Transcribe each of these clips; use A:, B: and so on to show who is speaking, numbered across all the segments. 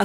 A: a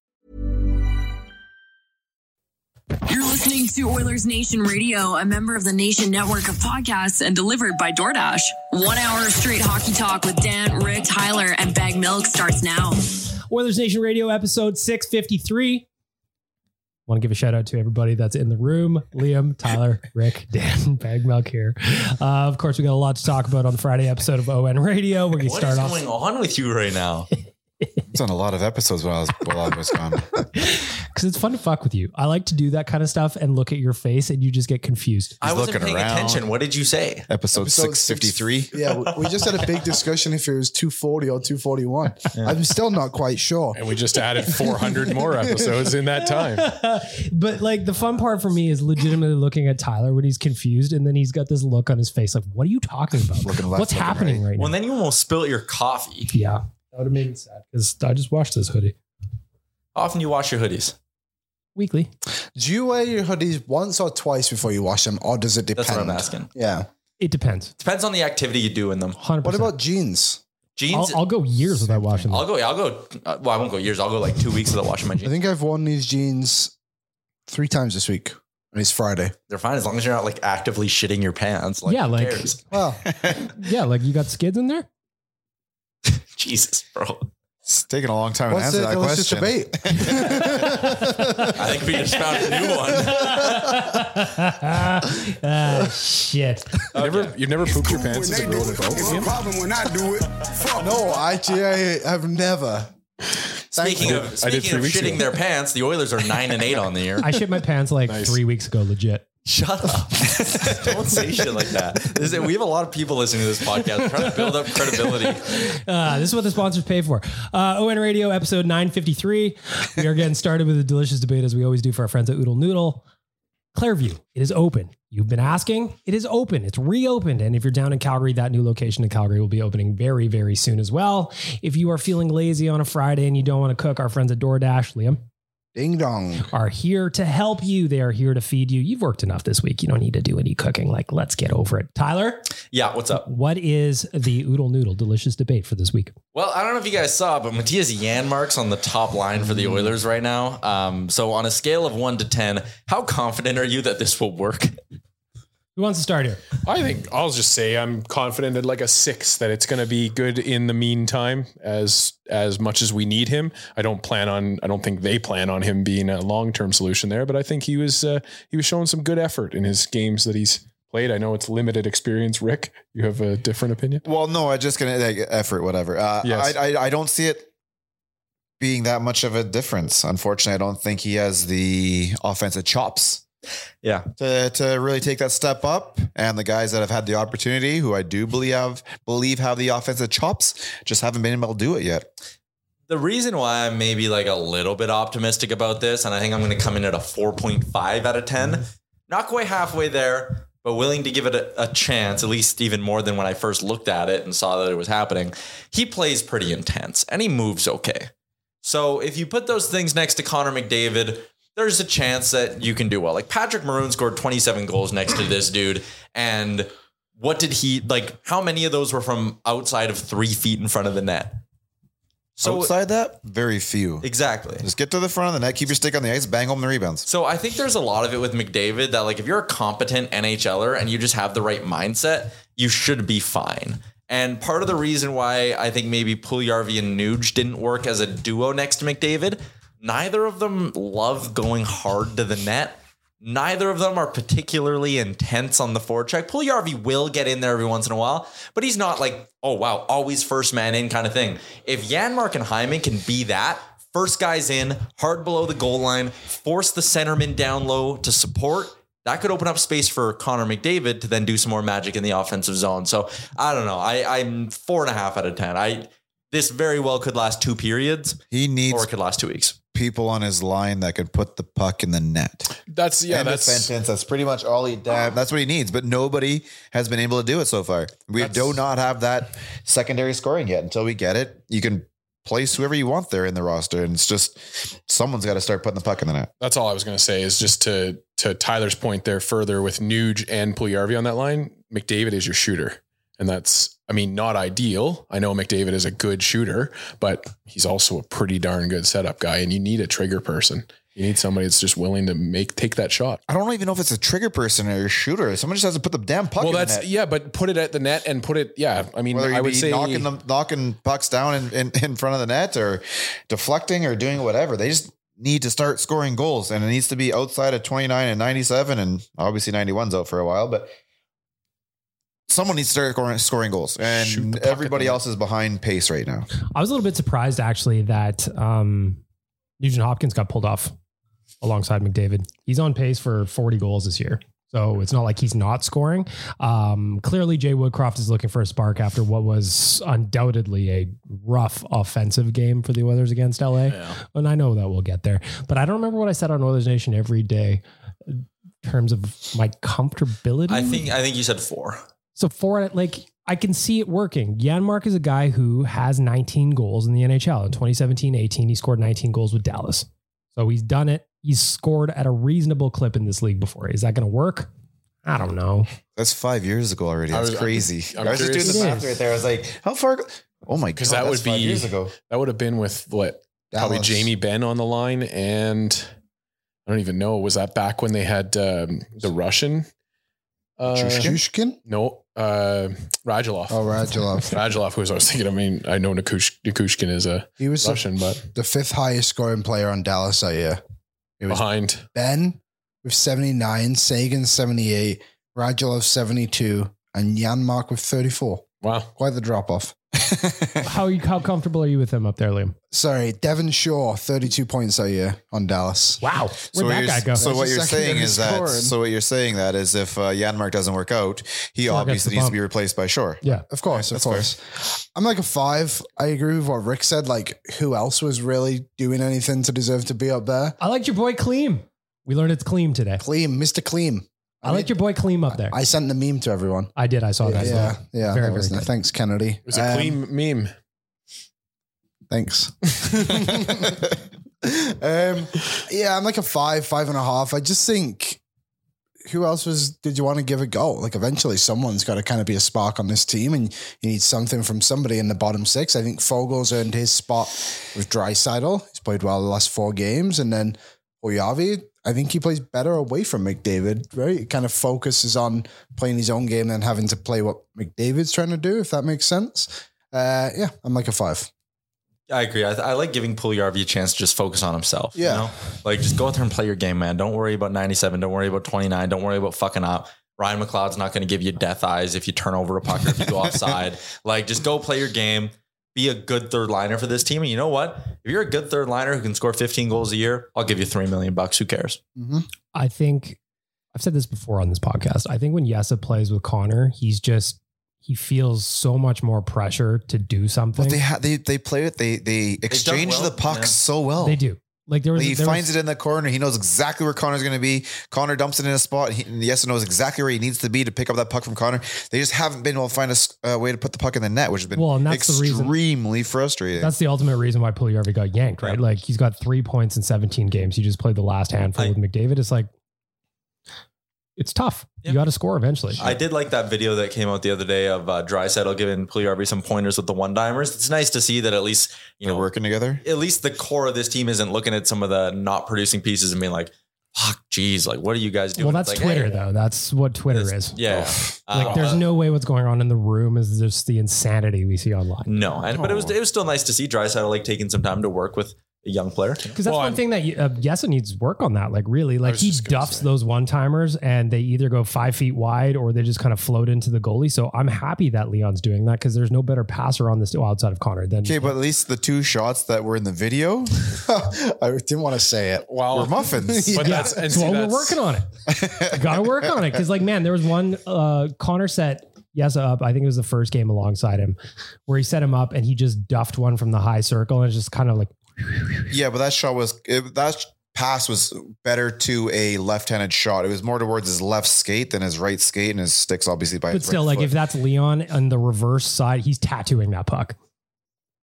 B: You're listening to Oilers Nation Radio, a member of the Nation Network of podcasts and delivered by DoorDash. One hour of straight hockey talk with Dan, Rick, Tyler, and Bag Milk starts now.
C: Oilers Nation Radio, episode 653. Want to give a shout out to everybody that's in the room Liam, Tyler, Rick, Dan, Bag Milk here. Uh, of course, we got a lot to talk about on the Friday episode of ON Radio. We're going to
D: What is
C: start off.
D: going on with you right now?
E: It's on a lot of episodes while I was, while I was gone.
C: because it's fun to fuck with you. I like to do that kind of stuff and look at your face, and you just get confused.
D: I wasn't
E: looking
D: paying
E: around.
D: attention. What did you say?
E: Episode, 653.
F: Yeah, we- we just had a big discussion if it was 240 or 241. I'm still not quite sure.
G: And we just added 400 more episodes in that time.
C: but like the fun part for me is legitimately looking at Tyler when he's confused, and then he's got this look on his face, like, "What are you talking about?
E: Looking left,
C: What's
E: looking
C: happening right,
D: Well,
C: now?"
D: then you almost spilt your coffee.
C: yeah, that would have made me sad because I just washed this hoodie
D: How Often you wash your hoodies.
C: weekly.
F: Do you wear your hoodies once or twice before you wash them, or does it depend?
D: That's what I'm asking.
F: Yeah.
C: It depends.
D: Depends on the activity you do in them.
C: Hundred
F: What
C: percent.
F: about jeans?
C: I'll,
D: Jeans.
C: I'll
D: I'll,
C: go years without washing. them.
D: go. I'll go. Uh, well, I won't go years. I'll go like two weeks without washing my
F: I
D: jeans.
F: think I've worn these jeans three times this week, and it's Friday.
D: They're fine as long as you're not like actively shitting your pants. Like,
C: Yeah,
D: who
C: like-
D: cares?
F: Well,
C: Yeah, like you got skids in there.
D: Jesus, bro.
E: It's taking a long time to
F: what's
E: answer
F: the
E: that
F: delicious
E: question.
F: debate?
D: I think we just found a new one.
C: Ah, shit.
G: You never, you've never pooped your pants as a girl and adult?
H: It's a problem when I do it.
F: no, actually, I have never.
D: Speaking of
G: I did
D: speaking
G: three
D: of
G: weeks
D: shitting
G: ago.
D: their pants, the Oilers are nine and eight on the year.
C: I shit my pants like three weeks ago. Legit.
D: Shut up! Don't say shit like that. This is- we have a lot of people listening to this podcast We're trying to build up credibility.
C: Uh, this is what the sponsors pay for. Uh, ON Radio, episode 953. We are getting started with a delicious debate, as we always do for our friends at Oodle Noodle. Clairview, it is open. You've been asking. It is open. It's reopened. And if you're down in Calgary, that new location in Calgary will be opening very, very soon as well. If you are feeling lazy on a Friday and you don't want to cook, our friends at DoorDash, Liam,
F: Ding dong.
C: are here to help you. They are here to feed you. You've worked enough this week. You don't need to do any cooking. Like, let's get over it. Tyler,
D: Yeah, what's up?
C: what is the Oodle Noodle delicious debate for this week?
D: Well, I don't know if you guys saw, but Matthias Janmark's on the top line for the Oilers right now. Um, so, on a scale of one to ten, how confident are you that this will work?
C: Who wants to start here?
G: I think I'll just say I'm confident at like a six that it's going to be good in the meantime as as much as we need him. I don't plan on I don't think they plan on him being a long term solution there, but I think he was uh, he was showing some good effort in his games that he's played. I know it's limited experience. Rick, you have a different opinion?
E: Well, no, I just gonna like, effort, whatever. Uh,
G: Yes.
E: I, I I don't see it being that much of a difference. Unfortunately, I don't think he has the offensive chops
D: Yeah.
E: to, to really take that step up. And the guys that have had the opportunity, who I do believe have believe have the offensive chops, just haven't been able to do it yet.
D: The reason why I'm maybe like a little bit optimistic about this, and I think I'm going to come in at a 4.5 out of 10, not quite halfway there, but willing to give it a, a chance, at least even more than when I first looked at it and saw that it was happening. He plays pretty intense and he moves okay. So if you put those things next to Connor McDavid, there's a chance that you can do well. Like Patrick Maroon scored 27 goals next to this dude. And what did he like? How many of those were from outside of three feet in front of the net? So
E: Outside that, very few.
D: exactly.
E: Just get to the front of the net, keep your stick on the ice, bang home the rebounds.
D: So I think there's a lot of it with McDavid that like if you're a competent NHLer er and you just have the right mindset, you should be fine. And part of the reason why I think maybe Puljujarvi and Nuge didn't work as a duo next to McDavid, neither of them love going hard to the net. Neither of them are particularly intense on the forecheck. Puljujarvi will get in there every once in a while, but he's not like, oh wow, always first man in kind of thing. If Yanmark and Hyman can be that, first guys in, hard below the goal line, force the centerman down low to support. That could open up space for Connor McDavid to then do some more magic in the offensive zone. So I don't know. I, I'm four and a half out of ten. I this very well could last two periods,
E: He
D: or
E: needs
D: it could last two weeks.
E: people on his line that could put the puck in the net.
G: That's yeah.
E: End of
G: that's
E: sentence. That's pretty much all he. Damn, that's what he needs. But nobody has been able to do it so far. We do not have that secondary scoring yet. Until we get it, you can place whoever you want there in the roster, and it's just someone's got to start putting the puck in the net.
G: that's all I was going to say is just to to Tyler's point there further with Nuge and Puljujarvi on that line. McDavid is your shooter, and that's I mean not ideal. I know McDavid is a good shooter, but he's also a pretty darn good setup guy, and you need a trigger person. You need somebody that's just willing to make take that shot.
E: I don't even know if it's a trigger person or a shooter. Someone just has to put the damn puck.
G: Well,
E: in
G: that's
E: the net.
G: yeah, but put it at the net and put it yeah. I mean,
E: Whether you
G: I would
E: be
G: say
E: knocking them, knocking pucks down in, in, in front of the net, or deflecting, or doing whatever, they just need to start scoring goals, and it needs to be outside of twenty nine and ninety seven, and obviously 91's out for a while, but someone needs to start scoring, scoring goals,
G: Shoot
E: and
G: the puck at
E: everybody
G: them.
E: else is behind pace right now.
C: I was a little bit surprised actually that um, Nugent Hopkins got pulled off alongside McDavid. He's on pace for 40 goals this year. So it's not like he's not scoring. Um, clearly, Jay Woodcroft is looking for a spark after what was undoubtedly a rough offensive game for the Oilers against LA.
G: Yeah.
C: And I know that we'll get there, but I don't remember what I said on Oilers Nation every day in terms of my comfortability.
D: I think I think you said four.
C: So for it, like I can see it working. Yanmark is a guy who has 19 goals in the NHL. In 2017 18, he scored 19 goals with Dallas. So he's done it. He's scored at a reasonable clip in this league before. Is that going to work? I don't know.
E: That's five years ago already.
G: I
E: That's
G: was- I'm-
E: crazy. i
G: I'm
E: was just doing
G: curious.
E: the
C: It
E: math
C: is.
E: right there. I was like, how far? Oh my god,
G: 'Cause that
E: that's
G: would
E: five
G: be-
E: years ago.
G: that would have been with what probably
E: Dallas.
G: Jamie Ben on the line, and I don't even know. Was that back when they had um, the Russian? Uh,
F: Jushkin?
G: No, uh, Radulov.
F: Oh, Radulov.
G: Radulov, who was I was thinking. I mean, I know Nikush, Nikushkin is a
F: He was the,
G: Russian, but
F: the fifth highest scoring player on Dallas that year. It was
G: behind.
F: Ben with 79, Sagan 78, Radulov 72, and Yanmark with 34.
G: Wow,
F: Quite the drop off.
C: How you, how comfortable are you with him up there, Liam?
F: Sorry, Devon Shaw, 32 points that year on Dallas.
C: Wow, where'd
E: what
C: that
E: you're-
C: guy go?
E: So
F: That's
E: what
F: the
E: you're
F: second
E: saying
F: that
E: is
F: he's
E: that.
F: scored.
E: So what you're saying that is if uh, Yanmark doesn't work out, he
C: Shaw gets
E: obviously
C: the
E: needs to
C: bump.
E: be replaced by Shore.
C: yeah,
F: Of course, of
E: That's fair.
F: course. I'm like a five. I agree with what Rick said. Like, who else was really doing anything to deserve to be up there?
C: I liked your boy Clean. We learned it's Clean today.
F: Clean, Mr. Clean.
C: I, liked your boy Clean up there. I,
F: I sent the meme to everyone.
C: did. I saw that.
F: yeah, yeah.
C: Very,
F: that was
C: very
F: nice.
C: good.
F: Thanks, Kennedy.
G: it was a
F: Um,
G: clean meme.
F: Thanks. um, yeah, I'm like a five, five and a half. I just think who else was did you want to give a go? Like eventually someone's got to kind of be a spark on this team and you need something from somebody in the bottom six. I think Fogel's earned his spot with Drysidle. He's played well the last four games. And then Oyavi, I think he plays better away from McDavid, right? It kind of focuses on playing his own game than having to play what McDavid's trying to do, if that makes sense. Uh, yeah, I'm like a five.
D: I agree. I, th- I like giving Puljujarvi a chance to just focus on himself.
F: Yeah.
D: You know? Like just go out there and play your game, man. Don't worry about 97. Don't worry about 29. Don't worry about fucking up. Ryan McLeod's not going to give you death eyes if you turn over a puck or if you go offside. Like just go play your game. Be a good third liner for this team. And you know what? If you're a good third liner who can score 15 goals a year, I'll give you 3 million bucks. Who cares?
F: Mm-hmm.
C: I think I've said this before on this podcast. I think when Yessa plays with Connor, he's just he feels so much more pressure to do something.
E: But they ha- Uh, they they play it. They they exchange
H: well,
E: the puck
H: yeah.
E: so well.
C: They do. Like there was
E: oh. he
C: there
E: finds
C: was,
E: it in the corner. He knows exactly where Connor's going to be. Connor dumps it in a spot. And he, and Yessa knows exactly where he needs to be to pick up that puck from Connor. They just haven't been able to find a s- a way to put the puck in the net, which has been
C: Well, and that's the reason-
E: extremely frustrating.
C: That's the ultimate reason why Puliyarvi got yanked, right? Like he's got three points in 17 games. He just played the last handful
D: I-
C: with McDavid. It's like it's tough.
D: Yeah.
C: You got to score eventually.
D: I did like that video that came out the other day of uh, Drysaddle giving Puliarvi some pointers with the one dimers. It's nice to see that at least you
E: They're
D: know
E: working together.
D: at least the core of this team isn't looking at some of the not producing pieces and being like, "Fuck, geez, like what are you guys doing?"
C: well,
D: It's
C: that's
D: like,
C: Twitter
D: hey,
C: though. That's what Twitter
D: that's-
C: is.
D: Yeah,
C: Like
D: Uh,
C: there's no way what's going on in the room is just the insanity we see online.
D: no, and,
E: Oh.
D: but it was it was still nice to see Drysaddle like taking some time to work with a young player.
C: Because that's
G: Well,
C: one
G: I'm-
C: thing that uh, Yessa needs work on that. Like really, like
G: was
C: he
G: just gonna
C: duffs
G: say.
C: those one timers and they either go five feet wide or they just kind of float into the goalie. So I'm happy that Leon's doing that because there's no better passer on this well, outside of Connor than
E: Okay, but at least the two shots that were in the video
F: I didn't want to say it.
G: Wow.
E: were muffins.
G: Oh. But
C: yeah,
G: that's, and see,
C: well, we're
G: that's-
C: working on it. Gotta work on it. Cause like, man, there was one uh Connor set Yessa up, I think it was the first game alongside him, where he set him up and he just duffed one from the high circle and it's just kind of like
E: Yeah, but that shot was it, that sh- pass was better to a left-handed shot. It was more towards his left skate than his right skate, and his sticks obviously by.
C: but
E: his
C: still
E: right
C: like
E: foot.
C: if that's Leon on the reverse side, he's tattooing that puck.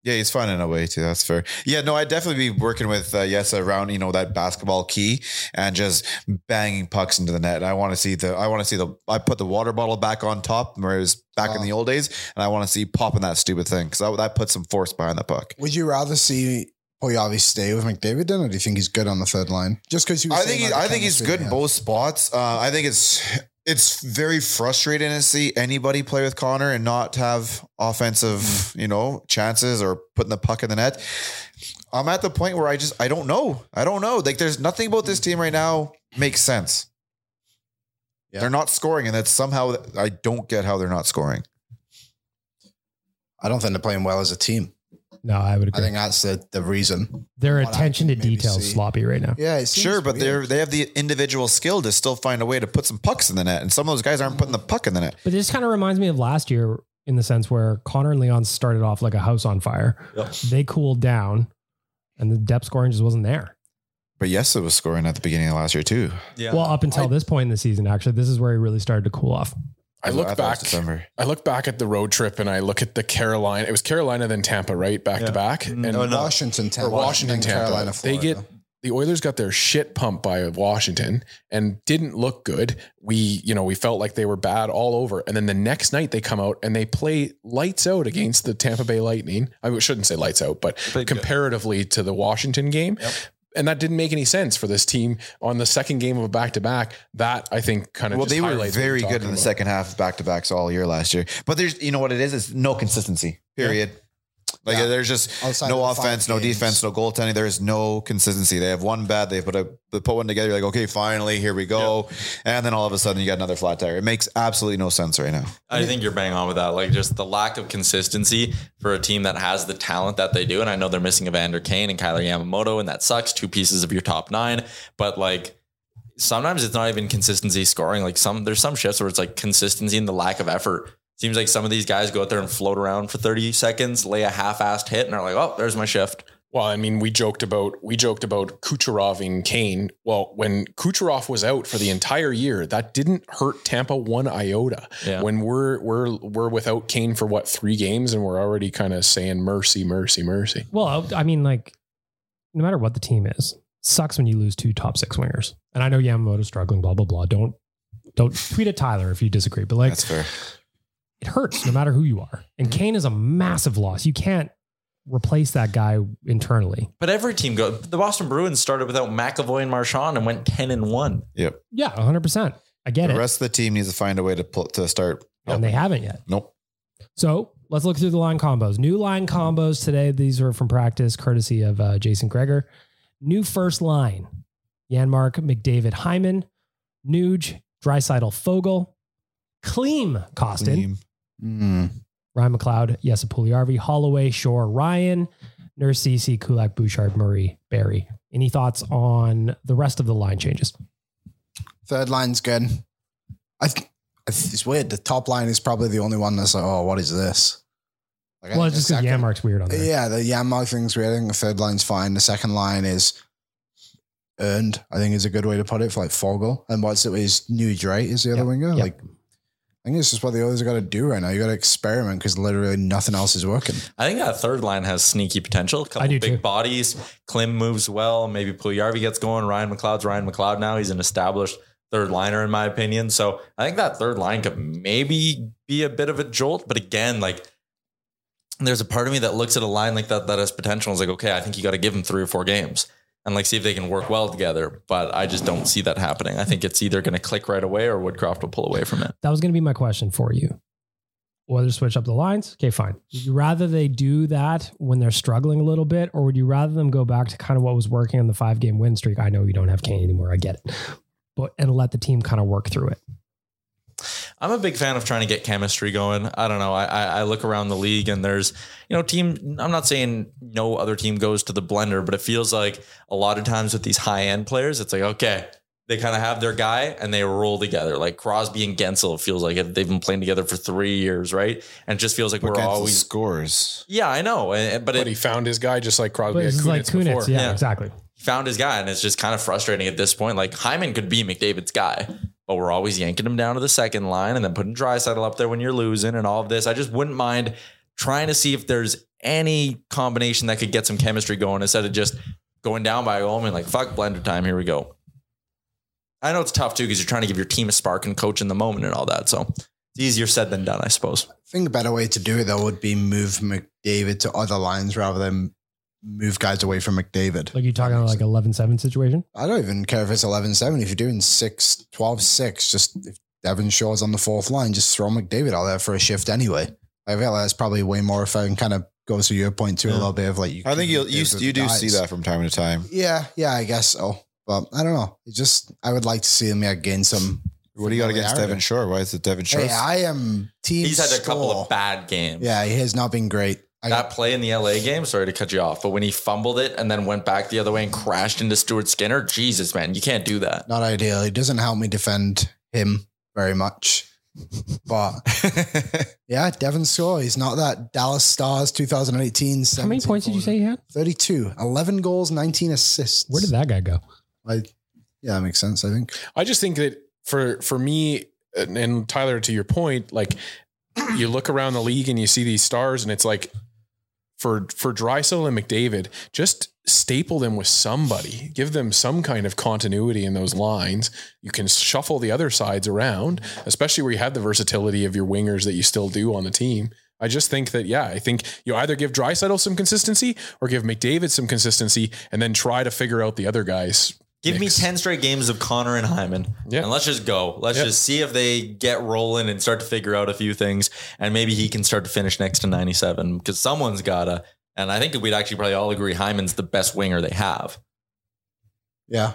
E: yeah, he's finding a way to. That's fair. Yeah, no, I'd definitely be working with uh, yes around you know that basketball key and just banging pucks into the net. And I want to see the I want to see the I put the water bottle back on top where it was back in the old days, and I want to see popping that stupid thing because that, that put some force behind the puck.
F: Would you rather see Poyavi stay with McDavid then, or do you think he's good on the third line? Just because you, were
E: I
F: saying
E: think he,
F: about the
E: I think he's
F: chemistry,
E: good in
F: yeah.
E: both spots. Uh, I think it's it's very frustrating to see anybody play with Connor and not have offensive,
F: Hmm.
E: you know, chances or putting the puck in the net. I'm at the point where I just I don't know. I don't know. Like there's nothing about this team right now makes sense.
F: Yeah.
E: They're not scoring, and that's somehow I don't get how they're not scoring.
F: I don't think they're playing well as a team.
C: No, I
F: I
C: would agree.
F: think that's the, the reason.
C: Their
F: what I
C: attention to
F: can maybe
C: detail is
F: see.
C: sloppy right now.
F: Yeah, it seems
E: Sure, but
F: weird.
E: they're they have the individual skill to still find a way to put some pucks in the net, and some of those guys aren't putting the puck in the net.
C: But this kind of reminds me of last year in the sense where Connor and Leon started off like a house on fire.
D: Yep.
C: They cooled down and the depth scoring just wasn't there.
E: But yes, it was scoring at the beginning of last year too.
D: Yeah,
C: Well, up until this point in the season, actually, this is where he really started to cool off.
G: I
E: thought
G: look
E: it was
G: back.
E: December.
G: I look back at the road trip and I look at the Carolina. It was Carolina then Tampa, right? Back
D: Yeah.
G: to back. And
D: No, no.
F: Mm-hmm. Oh, Washington,
G: or
F: Tampa,
G: Washington,
F: then
G: Tampa.
F: Carolina,
G: they
F: Florida.
G: get the Oilers got their shit pumped by Washington and didn't look good. We, you know, we felt like they were bad all over. And then the next night they come out and they play lights out against the Tampa Bay Lightning. I shouldn't say lights out, but
D: played good.
G: comparatively to the Washington game. And that didn't make any sense for this team on the second game of a back to back. That I think kind of
E: Well,
G: just
E: they were
G: highlights what
E: very good
G: we're
E: in
G: talking
E: the
G: about.
E: second half of back to backs all year last year. But there's, you know what it is? It's no consistency, period. Like
F: Yeah.
E: there's just
F: Outside
E: no
F: of the five
E: offense, no
F: games.
E: defense, no goaltending. There is no consistency. They have one bad, they put a they put one together. You're like, okay, finally, here we go. And then all of a sudden, you got another flat tire. It makes absolutely no sense right now.
D: I think you're bang on with that. Like just the lack of consistency for a team that has the talent that they do. And I know they're missing Evander Kane and Kyler Yamamoto, and that sucks. Two pieces of your top nine. But like sometimes it's not even consistency scoring. Like some there's some shifts where it's like consistency and the lack of effort. Seems like some of these guys go out there and float around for 30 seconds, lay a half-assed hit, and are like, oh, there's my shift.
G: Well, I mean, we joked about we joked about Kucherov and Kane. Well, when Kucherov was out for the entire year, that didn't hurt Tampa one iota.
D: Yeah.
G: When we're we're we're without Kane for what three games, and we're already kind of saying mercy, mercy, mercy.
C: Well, I mean, like, no matter what the team is, sucks when you lose two top six wingers. And I know Yamamoto's struggling, blah, blah, blah. Don't don't tweet at Tyler if you disagree. But like
E: That's fair.
C: it hurts no matter who you are. And Kane is a massive loss. You can't replace that guy internally.
D: But every team go the Boston Bruins started without McAvoy and Marchand and went 10 and 1.
E: Yep.
C: Yeah, 100%. I get
E: The
C: it.
E: rest of the team needs to find a way to pull, to start.
C: and they haven't yet.
E: Nope.
C: So let's look through the line combos. New line combos today. These are from practice, courtesy of uh, Jason Greger. New first line: Yanmark, McDavid, Hyman, Nuge, Drysidel, Fogel, Kleem, Costin,
E: Team.
F: Mm.
C: Ryan McLeod, Yessa Puliarvi, Holloway, Shore, Ryan, Nurse, CC, Kulak, Bouchard, Murray, Barry. Any thoughts on the rest of the line changes?
F: Third line's good. I, th- I th- it's weird. The top line is probably the only one that's like, oh, what is this? Like, I
C: Well,
F: think
C: it's just
F: the
C: because
F: second-
C: Yanmark's weird on there.
F: Yeah, the Yanmark thing's weird. I think the third line's fine. The second line is earned. I think is a good way to put it for like Fogel. And what's it is Nuge, right? Is the other
C: Yep,
F: winger
C: yep.
F: like? I think it's just what the others got to do right now. You got to experiment because literally nothing else is working.
D: I think that third line has sneaky potential. A couple
C: I do
D: big
C: too.
D: bodies. Klim moves well. Maybe Puljujarvi gets going. Ryan McLeod's Ryan McLeod now. He's an established third liner in my opinion. So I think that third line could maybe be a bit of a jolt. But again, like there's a part of me that looks at a line like that that has potential. and is like, okay, I think you got to give them three or four games and like see if they can work well together. But I just don't see that happening. I think it's either going to click right away or Woodcroft will pull away from it.
C: That was going to be my question for you. Whether switch up the lines? Okay, fine. Would you rather they do that when they're struggling a little bit, or would you rather them go back to kind of what was working on the five game win streak? I know you don't have Kane anymore. I get it. But and let the team kind of work through it.
D: I'm a big fan of trying to get chemistry going. I don't know. I, I, I look around the league and there's, you know, team. I'm not saying no other team goes to the blender, but it feels like a lot of times with these high end players, it's like, okay, they kind of have their guy and they roll together. Like Crosby and Gensel feels like it- they've been playing together for three years, right? And it just feels like
E: But
D: we're
E: Gensel
D: always.
E: scores.
D: Yeah, I know. And, and- but
G: But
D: it,
G: he found his guy just like Crosby
C: But
G: had
C: this is
G: Kunitz
C: like
G: before.
C: Kunitz. Yeah,
D: Yeah.
C: exactly.
D: found his guy, and it's just kind of frustrating at this point. Like Hyman could be McDavid's guy, but we're always yanking him down to the second line and then putting Drysaddle up there when you're losing and all of this. I just wouldn't mind trying to see if there's any combination that could get some chemistry going instead of just going down by a goal and like fuck blender time. Here we go. I know it's tough too because you're trying to give your team a spark and coach in the moment and all that. So it's easier said than done, I suppose.
F: I think a better way to do it though would be move McDavid to other lines rather than move guys away from McDavid.
C: Like you're talking about like 11 7 situation.
F: I don't even care if it's 11 7. If you're doing 6, 12 6, just if Devon Shaw's on the fourth line, just throw McDavid out there for a shift anyway. I feel like that's probably way more if I can kind of goes to your point too a
D: Yeah.
F: little bit of like you
E: I think
F: keep
E: you'll, you
F: McDavid with
E: you
F: the
E: do
F: guys.
E: see that from time to time.
F: Yeah, yeah, I guess so. But I don't know. It just I would like to see him yeah, gain some.
E: What do you got against Devon Shore? Why is it Devon Shore?
F: Hey, I am team.
D: He's had a couple
F: score.
D: of bad games.
F: Yeah, he has not been great. I
D: that play in the LA game, sorry to cut you off, but when he fumbled it and then went back the other way and crashed into Stuart Skinner, Jesus, man, you can't do that.
F: not ideal. He doesn't help me defend him very much. But yeah, Devon score. He's not that Dallas Stars 2018.
C: How many
F: 17
C: points did you
F: forward.
C: say he had?
F: 32, 11 goals, 19 assists.
C: Where did that guy go?
F: Like, yeah, that makes sense. I think.
G: I just think that for for me and, and Tyler, to your point, like you look around the league and you see these stars, and it's like for for Drysdale and McDavid, just staple them with somebody, give them some kind of continuity in those lines. You can shuffle the other sides around, especially where you have the versatility of your wingers that you still do on the team. I just think that yeah, I think you either give Drysdale some consistency or give McDavid some consistency, and then try to figure out the other guys.
D: Give
G: Mix.
D: me 10 straight games of Connor and Hyman.
G: Yeah.
D: And let's just go. Let's
G: Yeah.
D: just see if they get rolling and start to figure out a few things. And maybe he can start to finish next to 97 because someone's got to. And I think we'd actually probably all agree Hyman's the best winger they have.
F: Yeah.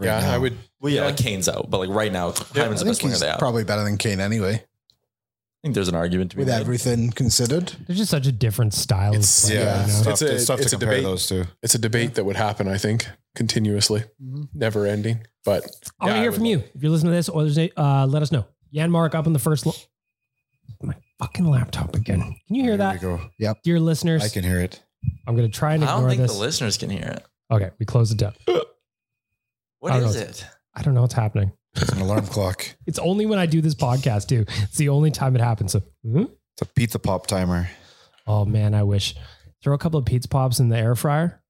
G: yeah,
F: now.
G: I would.
D: Well, yeah,
G: Yeah.
D: like Kane's out, but like right now,
G: Yeah.
D: Hyman's
F: I
D: the
F: think
D: best winger
F: he's
D: they have.
F: probably better than Kane anyway,
D: I think there's an argument to be
F: with
D: made.
F: everything considered.
C: There's just such a different style
G: It's-
C: of play.
G: yeah,
C: right
G: it's
C: now.
G: tough to- it's a debate.
E: those two.
G: It's a debate that would happen, I think, continuously, never ending.
C: I
G: But
C: want
G: Yeah,
C: to
G: I
C: hear
G: would
C: from you. If you're listening to this, or there's a- uh, let us know. Yanmark up in the first. Lo- My fucking laptop again. Can you hear
E: There we
G: Uh,
C: that,
E: go.
C: dear listeners?
E: I can hear it.
C: I'm gonna try
D: I
C: and
D: don't
C: ignore
D: think
C: this.
D: the listeners can hear it.
C: okay, we close it down. I
D: What
C: don't
D: is
C: know.
D: it?
C: I don't know what's happening.
E: It's an alarm clock.
C: It's only when I do this podcast too. It's the only time it happens. So, hmm?
E: It's a pizza pop timer.
C: oh man, I wish throw a couple of pizza pops in the air fryer.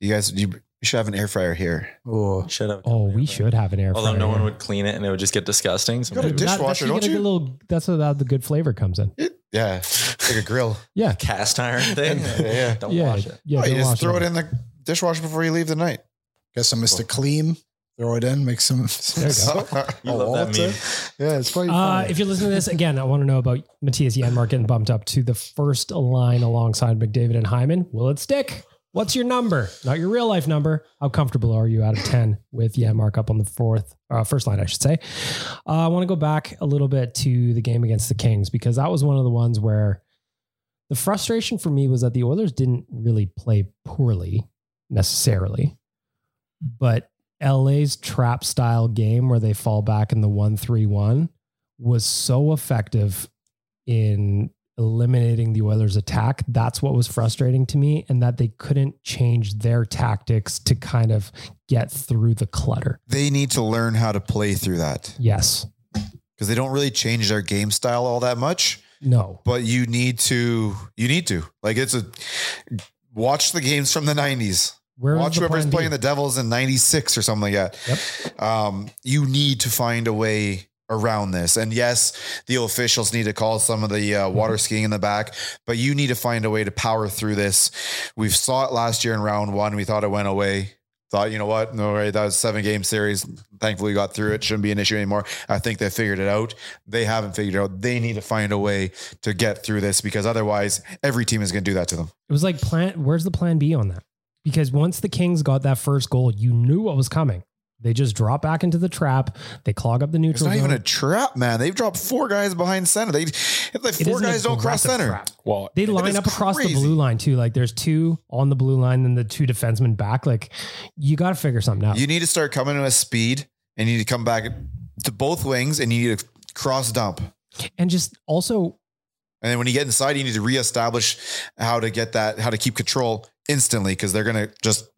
E: You guys, you you should have an air fryer here.
F: Oh,
D: Shut up.
C: Oh, we should have an air fryer.
D: Although no one would clean it and it would just get disgusting. So
E: You got a
D: maybe-
E: dish-
C: That- that's
E: Dishwasher,
C: where
E: don't
C: you get a
E: you?
C: little- that's how the good flavor comes in.
E: Yeah, it's like a grill.
C: Yeah,
D: cast iron thing.
E: yeah.
D: Don't
C: yeah,
D: wash it.
C: yeah.
E: Oh, you
C: don't
E: just
C: wash
E: throw it in the dishwasher before you leave the night.
F: get some
D: Oh.
F: Mr. Clean, throw it in, make some.
C: There you go.
D: You
F: a
D: love that
F: water.
D: meme.
F: Yeah, it's quite
C: Uh,
F: funny.
C: if you're listening to this again, I want to know about Matthias Janmark getting bumped up to the first line alongside McDavid and Hyman. Will it stick? What's your number? Not your real life number. How comfortable are you out of 10 with Janmark up on the fourth, uh, first line, I should say? Uh, I want to go back a little bit to the game against the Kings because that was one of the ones where the frustration for me was that the Oilers didn't really play poorly necessarily, but LA's trap style game where they fall back in the one three one was so effective in eliminating the Oilers' attack. That's what was frustrating to me, and that they couldn't change their tactics to kind of get through the clutter.
E: They need to learn how to play through that
C: Yes.
E: because they don't really change their game style all that much.
C: No.
E: But you need to, you need to like it's a watch the games from the nineties.
C: Where
E: Watch
C: is the
E: whoever's
C: plan B?
E: playing the Devils in '96 or something like that. Um, you need to find a way around this. And yes, the officials need to call some of the
C: Mm-hmm.
E: uh, water skiing in the back, but you need to find a way to power through this. We saw it last year in round one. We thought it went away. Thought, you know what? No way. That was a seven game series. Thankfully, we got through it. Shouldn't be an issue anymore. I think they figured it out. They haven't figured it out. They need to find a way to get through this because otherwise, every team is going to do that to them.
C: It was like plan. Where's the plan B on that? Because once the Kings got that first goal, you knew what was coming. They just drop back into the trap. They clog up the
E: It's
C: neutral.
E: not even
C: zone.
E: a trap, man. They've dropped four guys behind center. They if the
C: It
E: four
C: isn't a
E: guys don't cross
C: aggressive
E: center.
C: trap.
G: Well,
C: They
E: It
C: line
E: is
C: up across the
E: crazy.
C: blue line too. Like there's two on the blue line, then the two defensemen back. Like you got to figure something out.
E: You need to start coming with speed and you need to come back to both wings and you need to cross dump. And
C: and just also
E: then when you get inside, you need to reestablish how to get that, how to keep control instantly because they're gonna just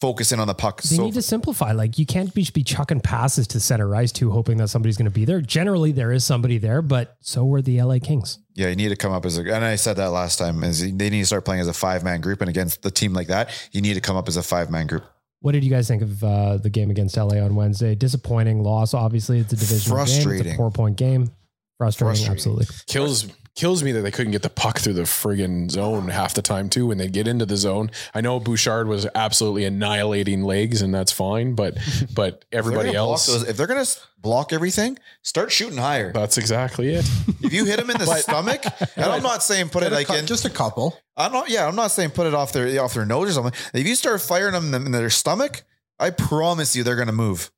E: focus in on the puck.
C: They
E: so
C: need to simplify. Like you can't be, be chucking passes to center ice too, hoping that somebody's going to be there. Generally, there is somebody there, but so were the LA Kings.
E: yeah, you need to come up as a and I said that last time is they need to start playing as a five man group and against the team like that, you need to come up as a five man group.
C: What did you guys think of uh, the game against LA on Wednesday? Disappointing loss. Obviously, it's a division game. It's a
E: Frustrating.
C: four point game. Frustrating,
E: Frustrating.
C: absolutely.
G: kills kills me that they couldn't get the puck through the friggin' zone half the time too when they get into the zone. I know Bouchard was absolutely annihilating legs and that's fine, but but
E: If they're
G: everybody
E: gonna block
G: else
E: those- if they're gonna s- block everything, start shooting higher.
G: that's exactly it.
E: If you hit him in the stomach, and I'm not saying put it
F: Get a
E: like
F: cou-
E: in,
F: just a couple.
E: I'm not, yeah, I'm not saying put it off their off their nose or something. If you start firing them in their stomach, I promise you they're gonna move.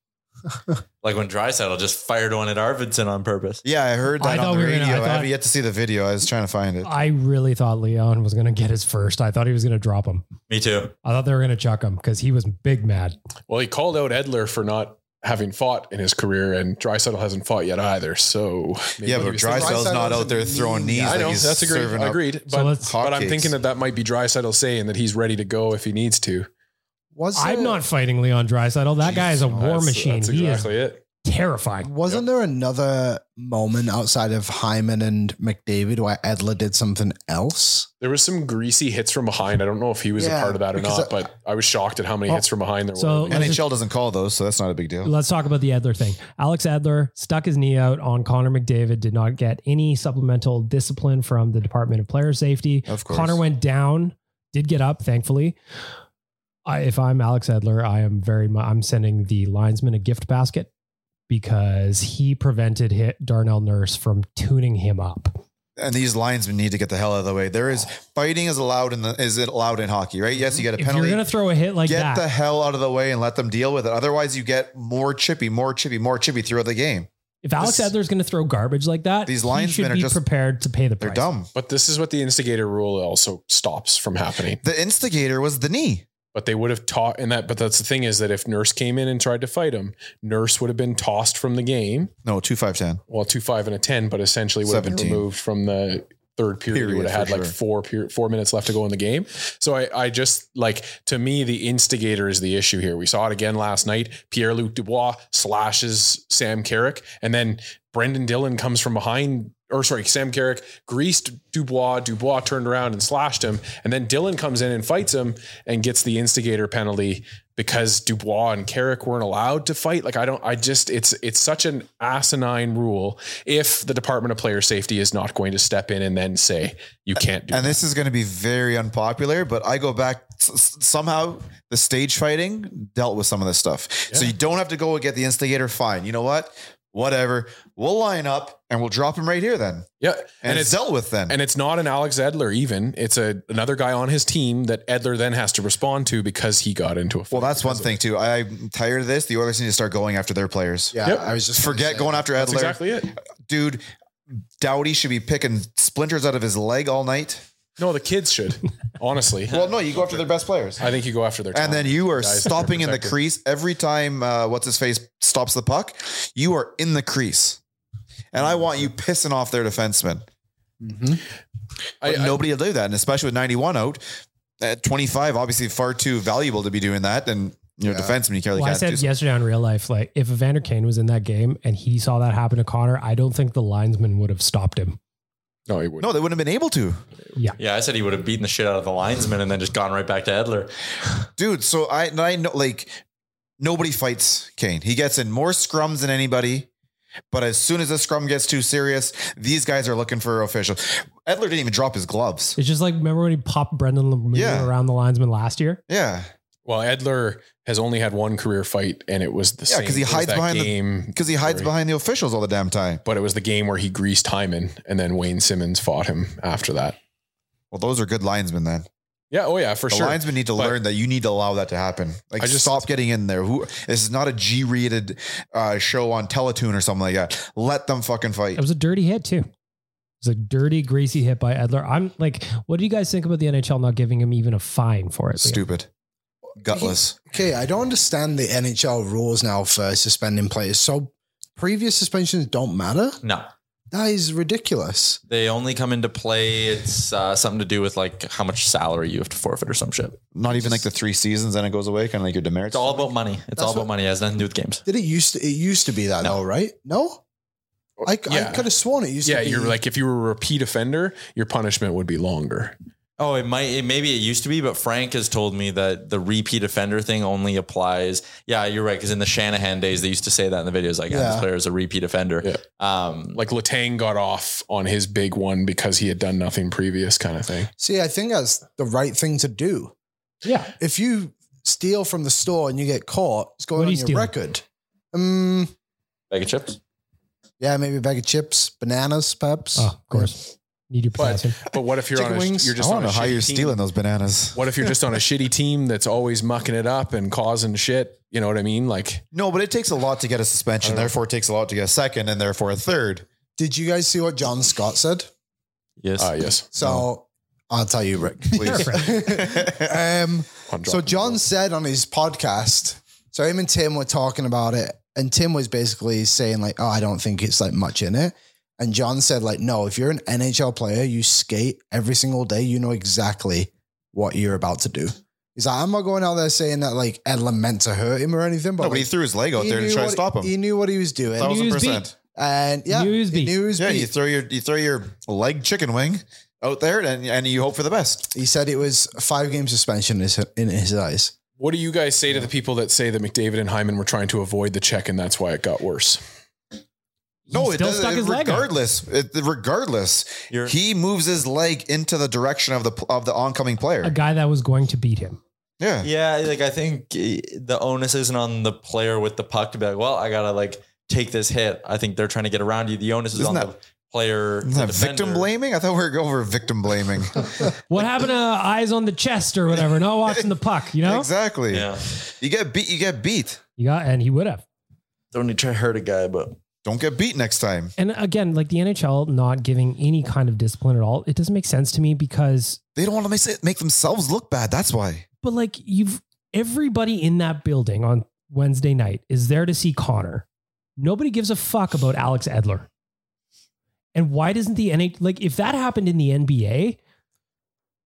D: Like when Drysaddle just fired one at Arvidsson on purpose.
E: Yeah, I heard
C: I
E: that
C: thought
E: on
C: we
E: the
C: were
E: radio.
C: gonna- I
E: I,
C: thought-
E: haven't yet to see the video. I was trying to find it.
C: I really thought Leon was going to get his first. I thought he was going to drop him.
D: Me too.
C: I thought they were going to chuck him because he was big mad.
G: Well, he called out Edler for not having fought in his career, and Drysaddle hasn't fought yet either. So maybe
E: yeah,
G: he
E: but
G: was thinking-
E: Drysdale's not
F: Draisaitl
E: out there
F: doesn't
E: throwing
F: mean-
E: knees.
F: I
G: I
E: like
G: know
E: he's
G: that's agreed.
E: serving up.
G: Agreed, but
C: So let's-
G: but I'm
E: Hotcakes.
G: thinking that that might be Drysaddle saying that he's ready to go if he needs to.
F: Was
C: I'm
F: it-
C: not fighting Leon Drysaddle. That guy is a war
G: That's-
C: machine.
G: That's
C: he
G: exactly it.
C: is terrifying.
F: Wasn't there another moment outside of Hyman and McDavid where Edler did something else?
G: There was some greasy hits from behind. I don't know if he was
F: Yeah,
G: a part of that or
F: because
G: not, but I was shocked at how many
C: Oh,
G: hits from behind there
C: so-
G: were.
C: Let's
E: NHL doesn't call those, so that's not a big deal.
C: Let's talk about the Edler thing. Alex Edler stuck his knee out on Connor McDavid, did not get any supplemental discipline from the Department of Player Safety.
E: Of course.
C: Connor went down, did get up, thankfully. I, if I'm Alex Edler, I am very much, I'm sending the linesman a gift basket because he prevented hit Darnell Nurse from tuning him up.
E: And these linesmen need to get the hell out of the way. There is fighting is allowed in the is it allowed in hockey, right? Yes, you get a
C: If you're
E: penalty.
C: going to throw a hit like
E: get
C: that,
E: the hell out of the way and let them deal with it. Otherwise, you get more chippy, more chippy, more chippy throughout the game.
C: if Alex
E: this-
C: Edler's going to throw garbage like that,
E: These
C: he
E: linesmen
C: should
E: are
C: be
E: just-
C: prepared to pay the
E: They're
C: price.
E: dumb.
G: But this is what the instigator rule also stops from happening.
E: The instigator was the knee.
G: But they would have taught in that. But that's the thing is that if Nurse came in and tried to fight him, Nurse would have been tossed from the game.
E: No, two five ten.
G: Well, two five and a ten, but essentially would have been
E: 17.
G: removed from the third period.
E: Period,
G: you would have had
E: for
G: like
E: sure.
G: four period, four minutes left to go in the game. So I, I just like to me the instigator is the issue here. We saw it again last night. Pierre Luc Dubois slashes Sam Carrick, and then Brendan Dillon comes from behind. Or sorry, Sam Carrick greased Dubois. Dubois turned around and slashed him, and then Dillon comes in and fights him and gets the instigator penalty because Dubois and Carrick weren't allowed to fight. Like I don't, I just it's it's such an asinine rule. If the Department of Player Safety is not going to step in and then say you can't do
E: And this is going to be very unpopular, but I go back s- s- somehow the stage fighting dealt with some of this stuff. So you don't have to go and get the instigator fine. You know what? Whatever. We'll line up and we'll drop him right here then.
G: Yeah,
E: And, it's, dealt with then.
G: and it's not an Alex Edler even. It's a another guy on his team that Edler then has to respond to because he got into a fight.
E: well, that's one thing too. I'm tired of this. The Oilers need to start going after their players.
F: Yeah,
G: Yep.
F: I was just
E: Forget going after Edler.
G: That's exactly it.
E: Dude, Dowdy should be picking splinters out of his leg all night.
G: No, the kids should. Honestly,
E: Well, no, you go after their best players.
G: I think you go after their.
E: And then
G: talent.
E: you are
G: Guys that are
E: stopping in the
G: protected.
E: crease every time. Uh, what's his face stops the puck? You are in the crease, and I want you
G: Mm-hmm.
E: pissing off their defenseman.
G: I,
E: But nobody will do that, and especially with ninety-one out at twenty-five, obviously far too valuable to be doing that. And your
F: Yeah.
E: defenseman, you clearly
C: Well, I
E: can't do
C: said yesterday on real life, like if Evander Kane was in that game and he saw that happen to Connor, I don't think the linesman would have stopped him.
G: no, it would.
E: No, they wouldn't have been able to.
D: Yeah, I said he would have beaten the shit out of the linesman and then just gone right back to Edler.
E: dude. So I, and I know, like, nobody fights Kane. He gets in more scrums than anybody. But as soon as the scrum gets too serious, these guys are looking for officials. Edler didn't even drop his gloves.
C: It's just like remember when he popped Brendan Lemieux
E: Yeah.
C: around the linesman last year?
E: Yeah,
G: Well, Edler has only had one career fight, and it was the
E: Yeah,
G: same.
E: 'cause he
G: it was
E: hides
G: that
E: behind the-
G: game
E: because he hides
G: Right.
E: behind the officials all the damn time.
G: But it was the game where he greased Hyman, and then Wayne Simmons fought him after that.
E: Well, those are good linesmen. Then
G: Yeah. Oh yeah, for
E: the
G: sure.
E: linesmen need to
G: But-
E: learn that you need to allow that to happen. Like,
G: I just-
E: stop getting in there. Who this is not a G-rated uh, show on Teletoon or something like that. Let them fucking fight.
C: It was a dirty hit too. It was a dirty, greasy hit by Edler. I'm like, what do you guys think about the NHL not giving him even a fine for it? Liam?
E: Stupid, gutless.
F: Okay, I don't understand the NHL rules now for suspending players. So previous suspensions don't matter.
D: No,
F: That is ridiculous.
D: they only come into play. It's uh, something to do with like how much salary you have to forfeit or some shit.
E: Not even like the three seasons, then it goes away. Kind of like your demerits.
D: It's all about money. It's all about money. It has nothing to do with games.
F: Did it used to? It used to be that though, right? No, I,
G: yeah.
F: I could have sworn it used
G: yeah,
F: to. be.
G: you're like if you were a repeat offender, your punishment would be longer.
D: Oh, it might. It, maybe it used to be, but Frank has told me that the repeat offender thing only applies. Yeah, you're right. Because in the Shanahan days, they used to say that in the videos, like, yeah. this
F: Yeah.
D: player is a repeat offender.
G: Yeah.
D: Um,
G: Like Latang got off on his big one because he had done nothing previous, kind of thing.
F: See, I think that's the right thing to do.
C: Yeah.
F: If you steal from the store and you get caught, it's going
C: What
F: on
C: are
F: your
C: you stealing?
F: record. Um,
D: bag of chips.
F: yeah, maybe a bag of chips, bananas, perhaps.
C: Oh, of course. Need your
G: But
C: potassium.
G: but what if you're
F: Chicken
G: on a,
F: wings?
G: you're
E: I
G: just on
E: want
G: a
E: to know how
G: shitty
E: you're
G: team?
E: stealing those bananas.
G: What if you're just on a shitty team that's always mucking it up and causing shit? You know what I mean? Like
E: No, but it takes a lot to get a suspension. Therefore, it takes a lot to get a second, and therefore a third.
F: Did you guys see what John Scott said?
D: Yes.
G: Ah, yes.
F: So I'll tell you, Rick.
E: Please.
F: um,
G: On
E: So
F: so John said on his podcast. So him and Tim were talking about it, and Tim was basically saying like, "Oh, I don't think it's like much in it." And John said like, "No, if you're an NHL player, you skate every single day. You know exactly what you're about to do." He's like, "I'm not going out there saying that like Edlin meant to hurt him or anything, but
E: no, but he
F: like,
E: threw his leg out there to
F: knew
E: try to
F: what-
E: stop him.
F: He knew what he was doing,
C: was-
E: Thousand
C: He was beat.
E: percent.
F: and yeah,
C: Knew he was
F: he
C: beat.
F: knew he was
E: Yeah,
F: beat.
E: you throw your you throw your leg chicken wing out there, and and you hope for the best.
F: He said it was a five game suspension in his, in his eyes.
G: What do you guys say to the people that say that McDavid and Hyman were trying to avoid the check and that's why it got worse?
E: No, it
C: still
E: doesn't.
C: stuck
E: it-
C: his leg out.
E: regardless, it, regardless,
D: You're-
E: he moves his leg into the direction of the of the oncoming
C: A
E: player.
C: guy that was going to beat him.
E: Yeah,
D: Yeah, like I think eh, the onus isn't on the player with the puck to be like, well, I gotta like take this hit. I think they're trying to get around you. The onus is
E: Isn't
D: on
E: that-
D: the player.
E: Isn't
D: the
E: that victim
D: defender.
E: blaming? I thought we were going over victim blaming.
C: What happened to eyes on the chest or whatever? Not watching the puck, you know?
E: Exactly.
D: Yeah,
E: You get beat. You get beat.
C: You got, and he would have.
D: don't need to hurt a guy, but
E: Don't get beat next time.
C: And again, like the NHL not giving any kind of discipline at all, it doesn't make sense to me because
E: They don't want to make, make themselves look bad. That's why.
C: But like you've everybody in that building on Wednesday night is there to see Connor. Nobody gives a fuck about Alex Edler. And why doesn't the NH like if that happened in the NBA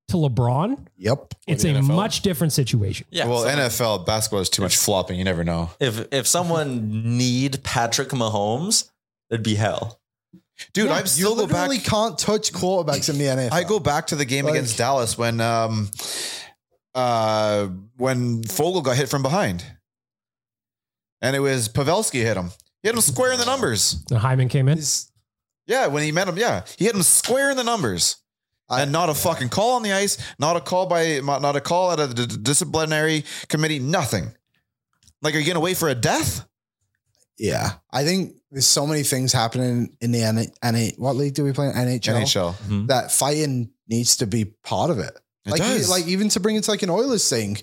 C: to LeBron,
F: Yep.
C: it's a
G: the NFL?
C: much different situation.
D: yeah.
E: well,
D: someone-
E: NFL basketball is too much flopping. You never know,
D: if if someone need Patrick Mahomes, it'd be hell.
E: dude.
F: Yeah,
E: I'm still
F: you
E: go back.
F: literally can't touch quarterbacks in the NFL.
E: I go back to the game
F: Like-
E: against Dallas when um uh when Fogel got hit from behind. And it was Pavelski hit him. He hit him square in the numbers.
C: And Hyman came in.
F: It's-
E: Yeah, when he met him, yeah. He hit him square in the numbers. and not a fucking call on the ice, not a call by not a call at a d- disciplinary committee, nothing. Like are you going to wait for a death?
F: yeah, I think there's so many things happening in the N- N- what league do we play? in? NHL.
E: NHL.
F: That fighting needs to be part of it.
E: It
F: like,
E: does.
F: e- like even to bring it to like an Oilers thing.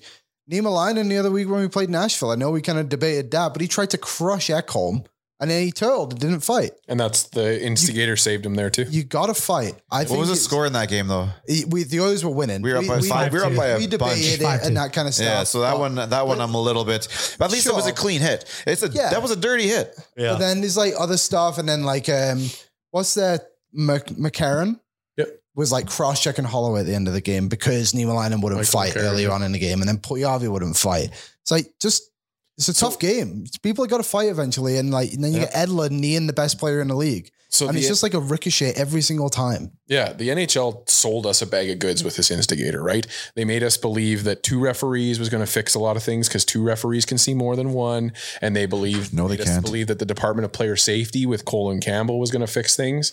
F: Nima Linen the other week when we played Nashville, I know we kind of debated that, but he tried to crush Ekholm and then he turtled and didn't fight.
G: And that's the instigator saved him there too.
F: You got to fight. I
E: What
F: think
E: was the
F: it's-
E: score in that game though?
F: it- we the O's were winning.
E: We were up by five-
C: we were up by
E: a
F: we debated
E: bunch.
F: it
C: Five, two.
F: and that kind of stuff.
E: Yeah, so that
F: but-
E: one, that one, I'm a little bit. But at least it was a
F: Sure.
E: clean hit. It's a
F: Yeah.
E: that was a dirty hit.
F: But then there's like other stuff, and then like um, what's that? Mc- McCarron
G: Yep.
F: was like cross checking Holloway at the end of the game because Niemelainen wouldn't
G: Michael
F: fight
G: McCarron,
F: earlier
G: yeah.
F: on in the game, and then Puljujarvi wouldn't fight. It's like just it's a tough game. People have got to fight eventually, and like and then you
E: Yeah. E
F: get Edler kneeing the best player in the league,
G: So
F: and
G: the,
F: it's just like a ricochet every single time.
G: yeah, the NHL sold us a bag of goods with this instigator, right? They made us believe that two referees was going to fix a lot of things because two referees can see more than one, and they believed
E: No, they
G: made us
E: can't.
G: Believe that the Department of Player Safety with Colin Campbell was going to fix things.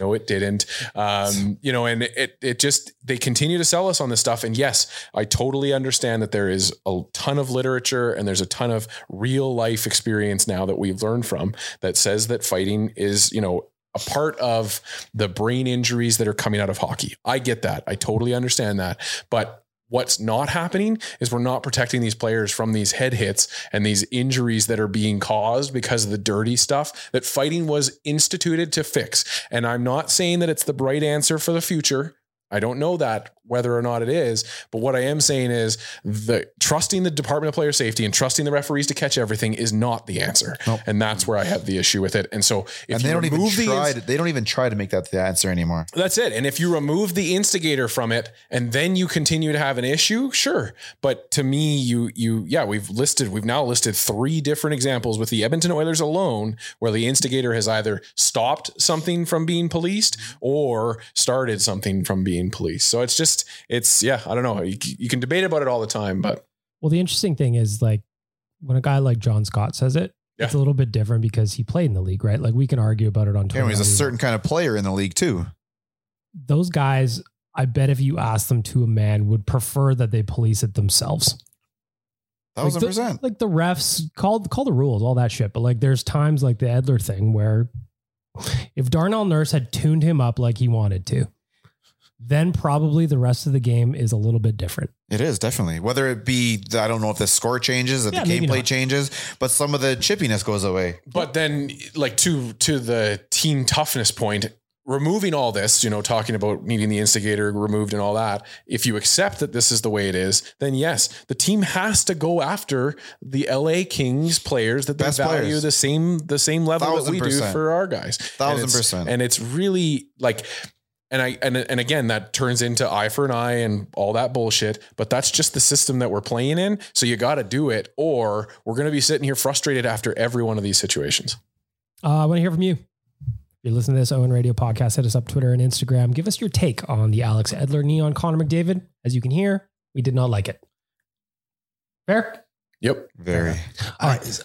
G: no, it didn't. Um, you know, and it it just they continue to sell us on this stuff. And yes, I totally understand that there is a ton of literature and there's a ton of real life experience now that we've learned from that says that fighting is, you know, a part of the brain injuries that are coming out of hockey. I get that. I totally understand that. But what's not happening is we're not protecting these players from these head hits and these injuries that are being caused because of the dirty stuff that fighting was instituted to fix. And I'm not saying that it's the right answer for the future. I don't know that whether or not it is, but what I am saying is the trusting the Department of Player Safety and trusting the referees to catch everything is not the answer,
E: Nope.
G: and that's where I have the issue with it. And so, if
E: and they
G: you
E: don't even
G: remove the
E: try.
G: ins-
E: to, they don't even try to make that the answer anymore.
G: that's it. And if you remove the instigator from it and then you continue to have an issue, sure. But to me, you you yeah, we've listed we've now listed three different examples with the Edmonton Oilers alone where the instigator has either stopped something from being policed or started something from being policed. So it's just it's yeah, I don't know. You, c- you can debate about it all the time, but
C: Well, the interesting thing is like when a guy like John Scott says it, it's a
G: Yeah.
C: little bit different because he played in the league, right? Like we can argue about it on Twitter.
E: And he's a
C: all we
E: certain kind of player in the league too.
C: want. Those guys, I bet if you asked them to a man, would prefer that they police it themselves.
E: Thousand
C: like the,
E: percent.
C: Like the refs call call the rules, all that shit. But like, there's times like the Edler thing where if Darnell Nurse had tuned him up like he wanted to, then probably the rest of the game is a little bit different.
E: It is definitely whether it be the- I don't know if the score changes, if
C: Yeah,
E: the
C: maybe
E: gameplay
C: not.
E: changes, but some of the chippiness goes away.
G: But then, like to to the team toughness point, removing all this, you know, talking about needing the instigator removed and all that. If you accept that this is the way it is, then yes, the team has to go after the LA Kings players that they
E: Best
G: value
E: players.
G: the same the same level that
E: Thousand
G: we do
E: percent.
G: for our guys. And
E: Thousand
G: it's-
E: percent.
G: And it's really like. And I and, and again that turns into eye for an eye and all that bullshit, but that's just the system that we're playing in. So you got to do it, or we're going to be sitting here frustrated after every one of these situations.
C: Uh, I want to hear from you. If you listen to this Owen Radio podcast, hit us up Twitter and Instagram. Give us your take on the Alex Edler neon Connor McDavid. As you can hear, we did not like it. Fair?
G: Yep.
E: Very.
F: All right, is-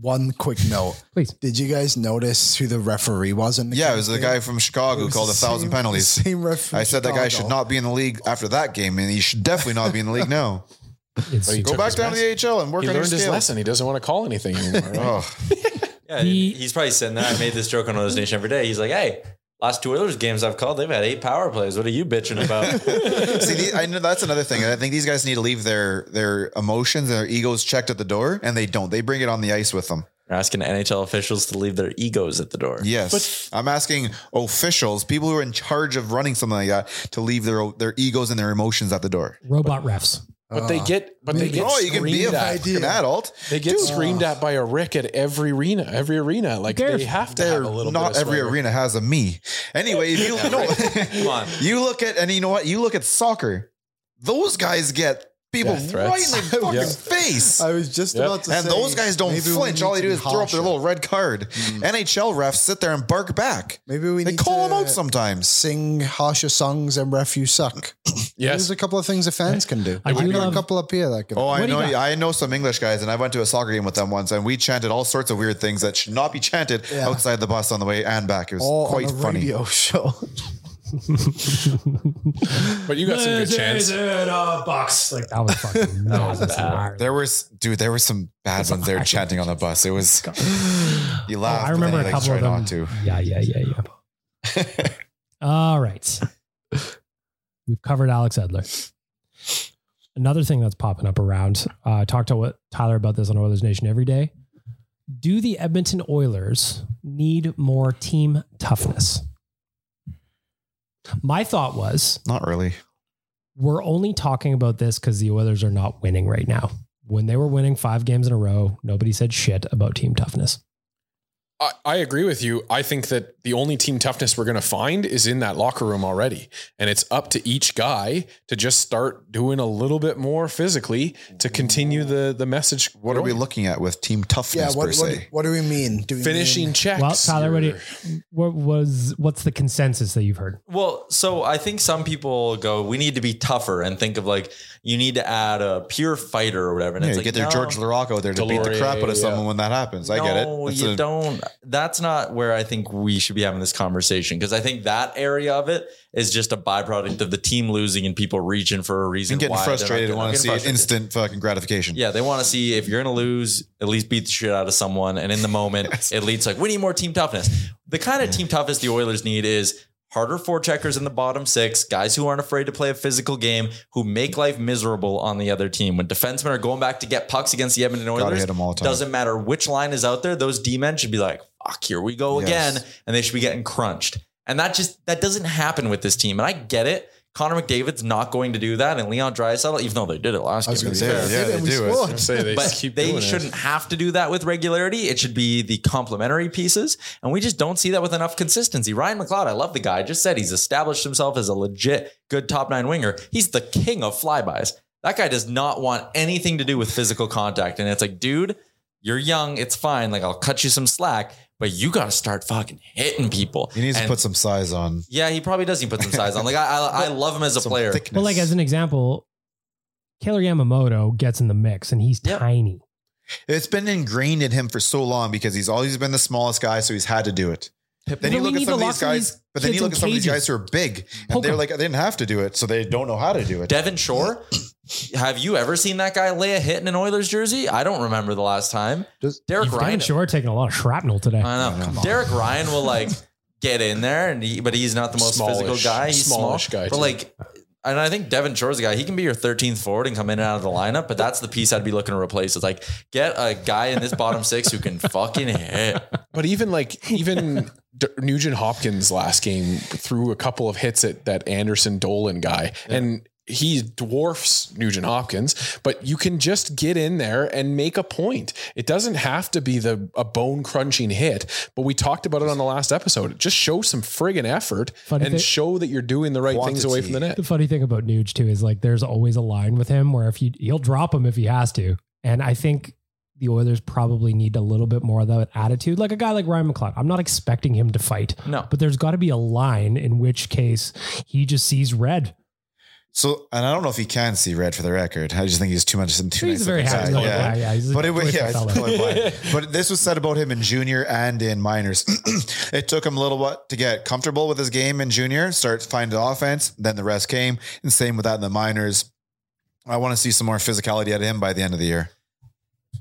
F: one quick note.
C: Please.
F: Did you guys notice who the referee was in the
E: Yeah,
F: game?
E: it was the guy from Chicago who called a thousand penalties.
F: Same referee.
E: I said that guy should not be in the league after that game, and he should definitely not be in the league now.
C: It's
G: Well, you
E: Go
G: took
E: back
G: his
E: down to the AHL and work
G: He
E: on your
G: learned his
E: skills.
G: lesson. He doesn't want to call anything anymore. right?
E: Oh,
D: Yeah,
C: The-
D: he's probably sitting there. I made this joke on Oilers Nation every day. He's like, hey, last two Oilers games I've called, they've had eight power plays. What are you bitching about?
E: see, the, I know that's another thing. I think these guys need to leave their their emotions and their egos checked at the door, and they don't. They bring it on the ice with them.
D: They're asking NHL officials to leave their egos at the door.
E: Yes, I'm asking officials, people who are in charge of running something like that, to leave their their egos and their emotions at the door.
C: robot refs.
G: But they get, but they
F: maybe.
G: get
E: Oh, you can be a
G: screamed at.
E: fucking adult.
G: Uh, They get screamed at by a Rick at every arena. Every arena, like
C: They're-
G: they have to
E: They're
G: have a little.
E: not
G: bit of
E: every
G: swagger.
E: arena has a me. Anyway, if you
D: Come
E: no,
D: on.
E: you look at and you know what? You look at soccer. Those guys get people
G: Death
E: right in
G: threats.
E: the fucking
G: Yeah.
E: face.
F: I was just
G: Yep.
F: about to
E: And
F: say.
E: those guys don't
F: maybe we
E: flinch. All
F: need
E: they do
F: to
E: is
F: be
E: throw up their
F: harsher. Hmm.
E: little red card. NHL refs sit there and bark back.
F: Maybe we
E: They
F: need
E: call
F: to
E: them out sometimes.
F: Sing harsher songs and ref you suck. There's
G: Yes.
F: a couple of things the fans can do.
C: I do
F: I've got
C: love-
F: a couple up here that can.
E: Oh, I
C: What do
E: know.
C: you got?
E: I know some English guys, and I went to a soccer game with them once, and we chanted all sorts of weird things that should not be chanted
F: Yeah.
E: outside the bus on the way and back. It was
F: all
E: quite
F: on a
E: funny.
F: radio show.
G: But you got some good chance.
C: box. Like that was fucking that was bad.
E: There was, dude, there were some bad ones there chanting on the bus. It was, you
C: Oh,
E: laugh.
C: I remember
E: but
C: a
E: then
C: couple
E: you, like,
C: of
E: try
C: them.
E: not to.
C: Yeah, yeah, yeah, yeah. All right. We've covered Alex Edler. Another thing that's popping up around, uh, I talk to what Tyler about this on Oilers Nation every day. Do the Edmonton Oilers need more team toughness? My thought was
E: Not really.
C: we're only talking about this because the Oilers are not winning right now. When they were winning five games in a row, nobody said shit about team toughness.
G: I, I agree with you. I think that the only team toughness we're going to find is in that locker room already. And it's up to each guy to just start doing a little bit more physically to continue the, the message.
E: What are we
G: going.
E: looking at with team
F: Yeah,
E: toughness
F: what,
E: per
F: what,
E: se?
F: what do we mean? Do we
G: Finishing
F: mean-
G: checks.
C: Well, Tyler, what, do
G: or-
C: you, what was what's the consensus that you've heard?
D: Well, so I think some people go, we need to be tougher and think of like, you need to add a pure fighter or whatever. And
E: Yeah,
D: it's
E: you
D: like,
E: get their
D: no,
E: George Larocco there to beat the
G: Delorier,
E: crap out of
G: yeah.
E: someone when that happens. I get it.
D: No,
E: That's
D: you
E: a-
D: don't. That's not where I think we should be having this conversation because I think that area of it is just a byproduct of the team losing and people reaching for a reason.
E: I'm getting
D: why they're not
E: frustrated and
D: getting-
E: want to
D: getting
E: see
D: frustrated.
E: instant fucking gratification.
D: Yeah, they want to see if you're going to lose, at least beat the shit out of someone. And in the moment, it leads like, we need more team toughness. The kind of team toughness the Oilers need is harder four checkers in the bottom six, guys who aren't afraid to play a physical game, who make life miserable on the other team. When defensemen are going back to get pucks against the Edmonton
E: Gotta
D: Oilers,
E: hit 'em all the time.
D: doesn't matter which line is out there, those D men should be like, fuck, here we go
E: Yes.
D: again. And they should be getting crunched. And that just that doesn't happen with this team. And I get it. Connor McDavid's not going to do that, and Leon Draisaitl, even though they did it last
F: I was
D: year.
F: going
D: to
F: to
D: be
F: say,
D: fair
F: yeah,
E: Yeah,
F: they
E: they do
F: do
E: it.
G: I
F: scored.
G: say they
D: but
G: keep
D: they
G: doing it.
D: shouldn't have to do that with regularity. It should be the complementary pieces, and we just don't see that with enough consistency. Ryan McLeod, I love the guy. Just said he's established himself as a legit good top nine winger. He's the king of flybys. That guy does not want anything to do with physical contact, and it's like, dude, you're young. It's fine. Like I'll cut you some slack, but you got to start fucking hitting people.
E: He needs to
D: And-
E: put some size on.
D: Yeah, he probably does. He put some size on. Like I, I, I love him as a
E: Some
D: player.
E: thickness.
C: Well, like as an example, Taylor Yamamoto gets in the mix and he's
D: Yep.
C: tiny.
E: it's been ingrained in him for so long because he's always been the smallest guy, so he's had to do it. Then
C: But
E: you
C: we
E: look at
C: need
E: some
C: to
E: of
C: lock
E: these guys,
C: these
E: but then you
C: kids in
E: look at some of these
C: cages.
E: guys who are big,
C: Poke
E: and they're
C: 'em.
E: like, I didn't have to do it, so they don't know how to do it.
D: Devin Shore, have you ever seen that guy lay a hit in an Oilers jersey? I don't remember the last time.
E: Does-
D: Derek
C: You've damn
D: Ryan?
C: sure taking a lot of shrapnel today.
D: I know. Derek Ryan will like get in there, and he, but he's not the most
G: Smallish.
D: physical guy. He's
G: Smallish
D: small,
G: guy,
D: But
G: too.
D: like, and I think Devin Shore's a guy. He can be your 13th forward and come in and out of the lineup. But that's the piece I'd be looking to replace. It's like get a guy in this bottom six who can fucking hit.
G: But even like even D- Nugent Hopkins last game threw a couple of hits at that Anderson Dolan guy, and he dwarfs Nugent Hopkins. But you can just get in there and make a point. It doesn't have to be the a bone crunching hit. But we talked about it on the last episode. Just show some friggin' effort
C: Funny
G: and
C: thing-
G: show that you're doing the right things away from the net.
C: The funny thing about Nuge too is like there's always a line with him where if you he'll drop him if he has to, and I think the Oilers probably need a little bit more of that attitude, like a guy like Ryan McLeod. I'm not expecting him to fight,
D: No.
C: but there's got to be a line in which case he just sees red.
E: So, and I don't know if he can see red for the record. I just think he's too much. Too nice
C: He's a very
E: looking guy.
C: happy little guy. Yeah, he's a
E: But it was
C: joyful
E: yeah, it's
C: fella.
E: colorblind. but this was said about him in junior and in minors. it took him a little while to get comfortable with his game in junior, start finding offense. Then the rest came, and same with that in the minors. I want to see some more physicality out of him by the end of the year.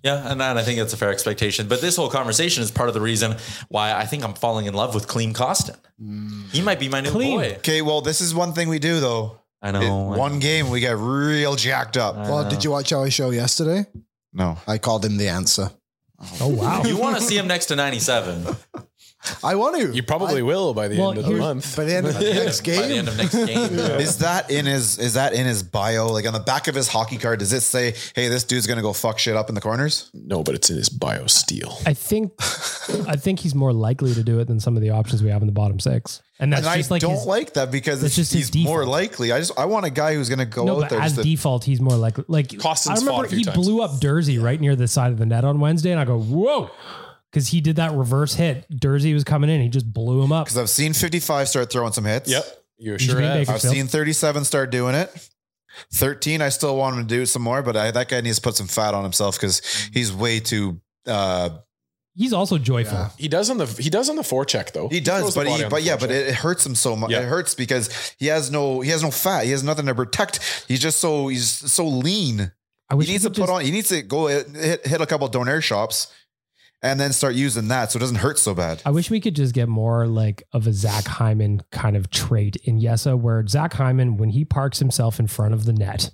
D: Yeah, and that, I think that's a fair expectation. But this whole conversation is part of the reason why I think I'm falling in love with Clean Costin.
G: Mm.
D: He might be my new
C: Clean.
D: boy.
E: Okay, well, this is one thing we do though.
D: I
E: It-
D: know.
E: one game we get real jacked up.
F: Well, did you watch our show yesterday?
E: no,
F: I called him the answer.
C: Oh wow.
D: you want to see him next to 97
F: I want to.
G: You probably will by the
C: Well,
G: end of the
C: here's-
G: month.
F: by the end of the next
D: by
F: game.
D: the end of next game.
E: is that in his? Is that in his bio? Like on the back of his hockey card? Does it say, "Hey, this dude's gonna go fuck shit up in the corners"?
G: no, but it's in his bio steel.
C: I think I think he's more likely to do it than some of the options we have in the bottom six, and that's
E: and I
C: just like
E: don't
C: his-
E: like that because
C: that's
E: it's,
C: just his
E: he's more
C: default.
E: likely. I just I want a guy who's going to go
C: no,
E: out
C: but
E: there.
C: as
E: Just to-
C: default, he's more likely. Like
G: Costin's
C: I
G: fought
C: remember
G: a few
C: he
G: times.
C: blew up Dersey right near the side of the net on Wednesday, and I go, "Whoa!" Because he did that reverse hit. Dersey was coming in, he just blew him up.
E: because I've seen 55 start throwing some hits.
G: Yep, you
C: Did you
G: sure
C: mean
G: have.
C: Baker?
E: I've seen 37 start doing it. 13, I still want him to do some more, but I, that guy needs to put some fat on himself because he's way too. Uh,
C: He's also joyful.
F: Yeah.
G: He does on the he does on the forecheck though.
E: he
G: throws
E: does,
G: the
E: but
G: body
E: he,
G: on
E: but
G: the
E: yeah, but
G: forecheck.
E: it, it hurts him so much.
G: Yeah.
E: It hurts because he has no, he has no fat. He has nothing to protect. He's just so, he's so lean.
C: I wish
E: he needs
C: we
E: to
C: could
E: put
C: just-
E: on. He needs to go hit, hit a couple donair shops, and then start using that so it doesn't hurt so bad.
C: I wish we could just get more like of a Zach Hyman kind of trait in Yessa, where Zach Hyman, when he parks himself in front of the net,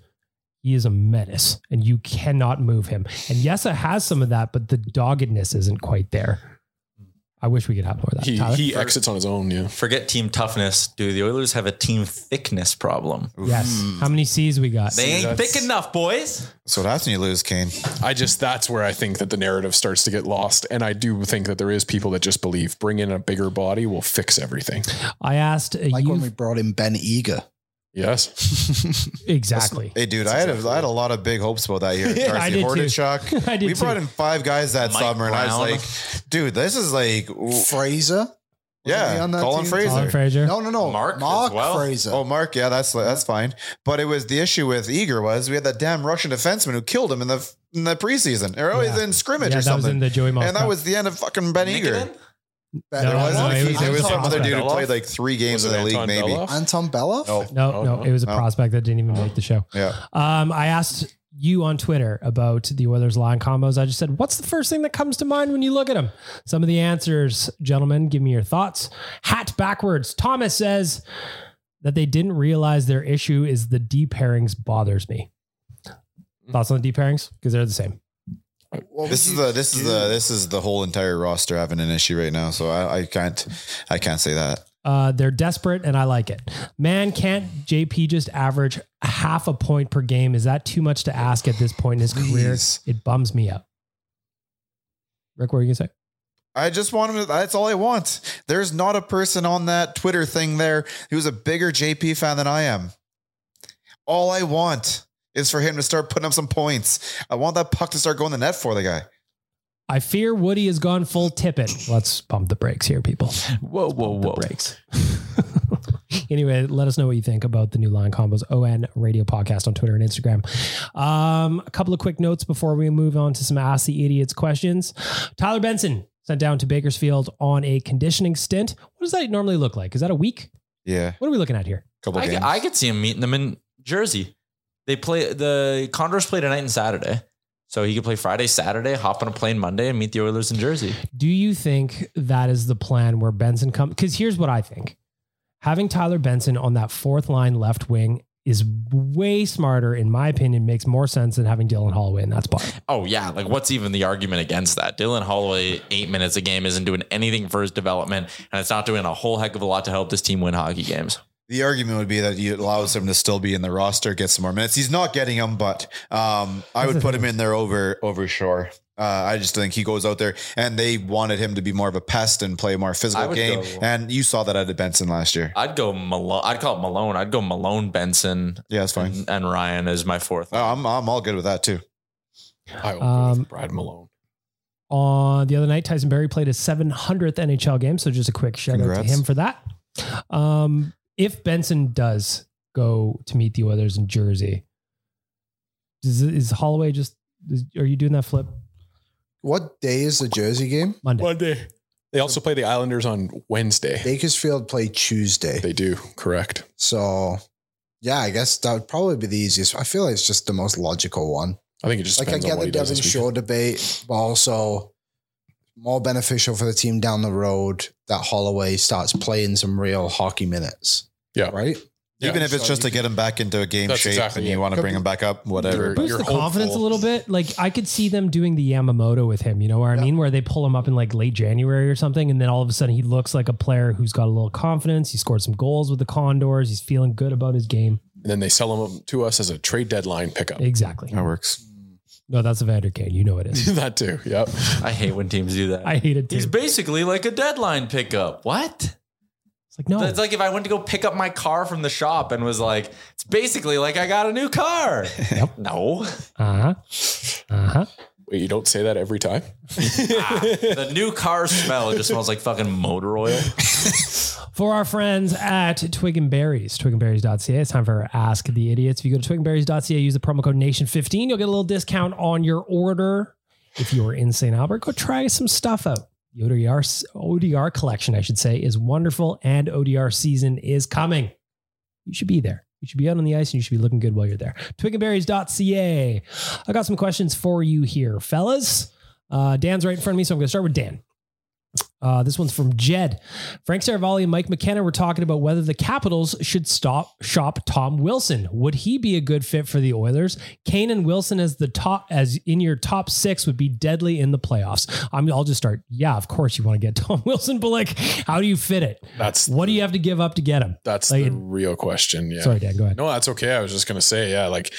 C: He is a menace and you cannot move him. And Yessa has some of that, but the doggedness isn't quite there. I wish we could have more of that.
G: He,
C: Tyler?
G: he exits on his own. Yeah.
D: Forget team toughness. Do the Oilers have a team thickness problem?
C: yes. How many C's we got?
D: Mm. They ain't
G: that's-
D: thick enough, boys.
E: So that's when you lose, Kane.
G: I just, that's where I think that the narrative starts to get lost. And I do think that there is people that just believe bring in a bigger body will fix everything.
C: I asked uh, a
F: Like when
C: youth-
F: we brought in Ben Eager.
G: Yes.
C: exactly.
E: Hey, dude, I had, a, I had a lot of big hopes about that year.
C: Yeah, I
E: Darcy
C: did too.
E: Hordachuk.
C: I did
E: we brought
C: too.
E: in five guys that
D: Mike
E: summer, and I
D: Brown.
E: was like, dude, this is like, w-
F: Fraser? he
E: yeah,
F: on that
E: Colin
F: team?
E: Fraser.
C: Colin Frazier.
F: No, no, no.
D: Mark as
F: Mark
D: well.
F: Fraser.
E: Oh, Mark, yeah, that's that's fine. But it was the issue with Eager was we had that damn Russian defenseman who killed him in the in the preseason or always
C: Yeah.
E: in scrimmage
C: Yeah,
E: or
C: that was
E: something.
C: in the Joey Moss
E: and that
C: Cup.
E: was the end of fucking Ben Eager.
D: Nikkanen?
F: Ben-
C: No,
E: There was,
C: no,
E: no,
C: it was
E: there was
C: Anton
E: some other dude who
D: Belloff.
E: played like three games in
G: Was it
E: the league,
G: Anton
E: maybe.
G: Belloff?
F: Anton Belloff?
C: No, no,
G: Oh, no.
C: it was a
E: No.
C: prospect that didn't even make the show.
E: Yeah.
C: Um, I asked you on Twitter about the Oilers line combos. I just said, "What's the first thing that comes to mind when you look at them?" Some of the answers, gentlemen, give me your thoughts. Hat backwards. Thomas says that they didn't realize their issue is the D pairings bothers me. Thoughts on the D pairings because they're the same.
E: This is the this is the this is the whole entire roster having an issue right now. So I, I can't I can't say that.
C: Uh, they're desperate, and I like it. Man, can't JP just average half a point per game? Is that too much to ask at this point in his career?
E: Please.
C: It bums me out. Rick, what were you gonna say?
E: I just want him to, that's all I want. There's not a person on that Twitter thing there who's a bigger JP fan than I am. All I want is for him to start putting up some points. I want that puck to start going the net for the guy.
C: I fear Woody has gone full tippet. Let's pump the brakes here, people.
D: Whoa, whoa,
C: The
D: whoa.
C: brakes. anyway, let us know what you think about the new line combos. ON Radio Podcast on Twitter and Instagram. Um, a couple of quick notes before we move on to some Ask the Idiots questions. Tyler Benson sent down to Bakersfield on a conditioning stint. What does that normally look like? Is that a week?
E: Yeah.
C: What are we looking at here?
E: Couple
D: I,
E: games.
D: could- I could see him meeting them in Jersey. They play the Condors play tonight and Saturday. So he could play Friday, Saturday, hop on a plane Monday and meet the Oilers in Jersey.
C: Do you think that is the plan where Benson comes? Because here's what I think having Tyler Benson on that fourth line left wing is way smarter, in my opinion, makes more sense than having Dylan Holloway in that spot.
D: Oh yeah, like what's even the argument against that? Dylan Holloway, eight minutes a game, isn't doing anything for his development, and it's not doing a whole heck of a lot to help this team win hockey games.
E: the argument would be that you allows him to still be in the roster, get some more minutes. He's not getting them, but um, I would put him in there over over Shore. Uh, I just think he goes out there, and they wanted him to be more of a pest and play a more
D: I
E: physical
D: would
E: game.
D: go-
E: And you saw that out of Benson last year.
D: I'd go Malone. I'd call it Malone. I'd go Malone, Benson,
E: Yeah, that's fine.
D: and, and Ryan as my fourth.
E: Oh, I'm I'm all good with that too.
G: I will go
C: Um,
G: with Oh, Brad Malone.
C: On the other night, Tyson Berry played his 700th NHL game. So just a quick shout out to
E: Congrats.
C: him for that. Um, if Benson does go to meet the others in Jersey, is, is Holloway just, is- are you doing that flip
F: What day is the Jersey game?
C: Monday?
G: Monday. They also play the Islanders on Wednesday. They,
F: Bakersfield play Tuesday.
G: do, correct.
F: So, yeah, I guess that would probably be the easiest. I feel like it's just the most logical one.
G: I think it just
F: Like, I
G: depends on
F: get
G: what
F: the
G: he does.
F: Devon
G: this weekend.
F: Shore debate, but also more beneficial for the team down the road that Holloway starts playing some real hockey minutes.
G: Yeah.
F: Right?
G: Yeah.
E: Even if it's just to get him back into a game
G: That's
E: shape
G: exactly
E: and
G: it.
E: you want to bring him back up, whatever.
G: You're-
E: But
C: boost the
G: hopeful.
C: confidence a little bit. Like I could see them doing the Yamamoto with him. You know what I mean? Where they pull him up in like late January or something, and then all of a sudden he looks like a player who's got a little confidence. He scored some goals with the Condors. He's feeling good about his game.
G: And then they sell them to us as a trade deadline pickup.
C: Exactly.
E: that works.
C: No, that's Evander Kane. You know it is.
G: that too. Yep.
D: I hate when teams do that.
C: I hate it too.
D: He's basically like a deadline pickup. What?
C: it's like no.
D: It's like if I went to go pick up my car from the shop and was like, it's basically like I got a new car.
C: Yep.
D: No.
C: Uh huh. Uh huh.
G: Wait, you don't say that every time?
D: Ah, the new car smell it just smells like fucking motor oil.
C: For our friends at Twig and Berries, twigandberries.ca, it's time for our Ask the Idiots. If you go to twigandberries.ca, use the promo code NATION15, you'll get a little discount on your order. If you're in St. Albert, go try some stuff out. The ODR, s- ODR collection, I should say, is wonderful, and ODR season is coming. You should be there. You should be out on the ice and you should be looking good while you're there. Twigandberries.ca. I got some questions for you here, fellas. Uh, Dan's right in front of me, so I'm going to start with Dan. Uh, this one's from Jed. Frank Saravalli and Mike McKenna were talking about whether the Capitals should stop shop Tom Wilson. Would he be a good fit for the Oilers? Kane and Wilson as the top as in your top six would be deadly in the playoffs. I'm, I'll just start. Yeah, of course you want to get Tom Wilson, but like, how do you fit it?
G: That's
C: what do you have to give up to get him?
G: That's
C: Like-
G: the real question. Yeah.
C: Sorry, Dan. Go ahead.
G: No, that's okay. I was just gonna say, yeah, like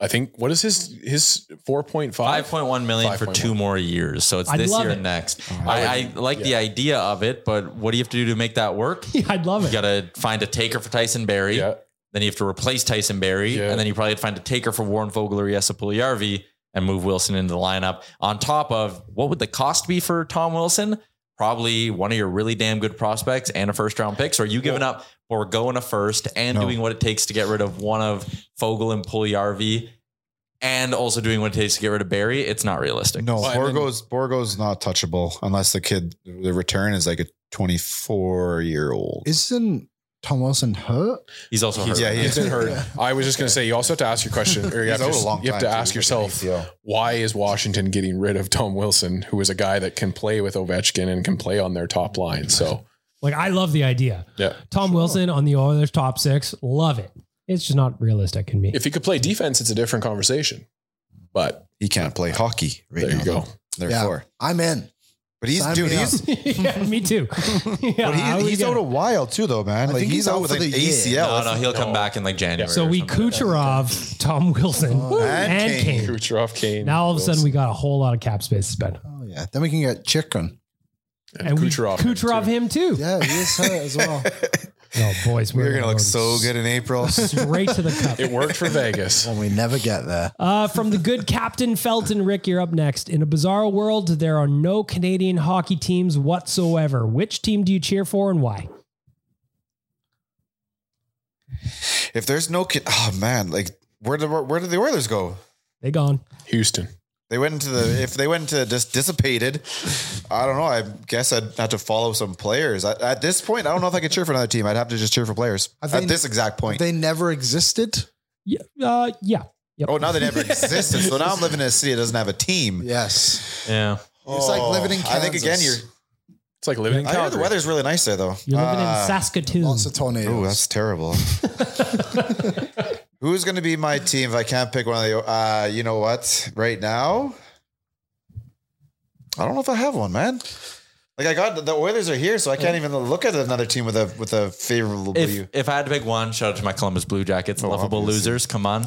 G: I think what is his his four point five?
D: 5.1 million for
G: 5.1.
D: two more years. So it's
C: I'd
D: this
C: love
D: year
C: it.
D: and next. I, I like the idea of it, but what do you have to do to make that work?
C: Yeah, I'd love
D: You
C: it.
D: got to find a taker for Tyson Berry.
G: Yeah.
D: Then you have to replace Tyson Berry.
G: Yeah.
D: And then you probably have to find a taker for Warren Vogel or Jesse Puliarvi and move Wilson into the lineup. On top of what would the cost be for Tom Wilson? Probably one of your really damn good prospects and a first round pick. So are you giving up or going a first and
E: No.
D: doing what it takes to get rid of one of Vogel and Puliarvi and also doing what it takes to get rid of Berry? It's not realistic.
E: No,
G: Well, and then-
E: Borgo's Borgo's not touchable unless the kid the return is like a 24 year old.
F: Isn't Tom Wilson hurt?
D: He's also hurt.
E: yeah, he
G: He's
E: is.
G: been hurt. I was just gonna say, you also have to ask your question, or you
E: He's
G: have
E: out
G: to,
E: a long
G: you have to
E: time, too,
G: ask
E: with an
G: yourself,
E: ACL.
G: why is Washington getting rid of Tom Wilson, who is a guy that can play with Ovechkin and can play on their top line? So
C: Like, I love the idea.
G: yeah,
C: Tom Wilson on the Oilers top six. Love it. It's just not realistic in me.
G: if he could play defense, it's a different conversation. But
E: He can't play hockey right
G: there
E: now.
G: you go.
E: though.
F: Yeah.
E: Therefore,
F: I'm in.
E: but he's
F: Sign
E: dude,
F: me up.
E: he's
C: yeah, me too. Yeah,
E: but
C: how
E: he,
C: we
E: he's
C: gonna-
E: out a while too though, man.
F: I
E: like
F: think
E: he's,
F: he's
E: out
F: out
E: with
F: for
E: an
F: the year.
E: ACL.
D: No, no, he'll come back in like January.
C: So
D: or
C: we
D: something like that.
C: Kucherov, Tom Wilson,
F: Oh,
E: and
C: and Kane.
E: Kane.
G: Kucherov, Kane.
C: Now all of a sudden
G: Wilson.
C: we got a whole lot of cap space to spend.
F: Oh yeah. Then we can get Chicken.
C: And
G: Kucherov
C: we,
G: him,
C: Kucherov
G: too.
C: him too.
F: Yeah, he is hurt as well.
C: Oh boys,
E: We're gonna look so good in April.
C: Straight to the cup.
G: It worked for Vegas.
F: and we never get there.
C: Uh, from the good Captain Felton, Rick, you're up next. In a bizarre world, there are no Canadian hockey teams whatsoever. Which team do you cheer for and why?
E: if there's no kid, oh man, like where did where did the Oilers go?
C: They gone.
G: Houston.
E: They went into the if they went into just dissipated. I don't know. I guess I'd have to follow some players. I, at this point, I don't know if I could cheer for another team. I'd have to just cheer for players
F: Have
E: at
F: they-
E: this exact point.
F: They never existed.
C: Yeah, uh, yeah. Yep.
E: oh, now they never existed. So now I'm living in a city that doesn't have a team. Oh,
F: Yes.
D: Yeah.
F: It's like living in
E: I think again,
F: Kansas.
E: you're.
G: It's like living in
E: I hear
G: Calgary.
E: the weather's really nice there, though.
C: You're living
E: Uh,
C: in Saskatoon.
F: Lots of tornadoes.
E: Oh, that's terrible. Who's going to be my team if I can't pick one of the? Uh, you know what? Right now, I don't know if I have one, man. Like I got the Oilers are here, so I can't even look at another team with a with a favorable view.
D: If, if I had to pick one, shout out to my Columbus Blue Jackets,
E: Oh,
D: lovable
E: obviously.
D: losers. Come on.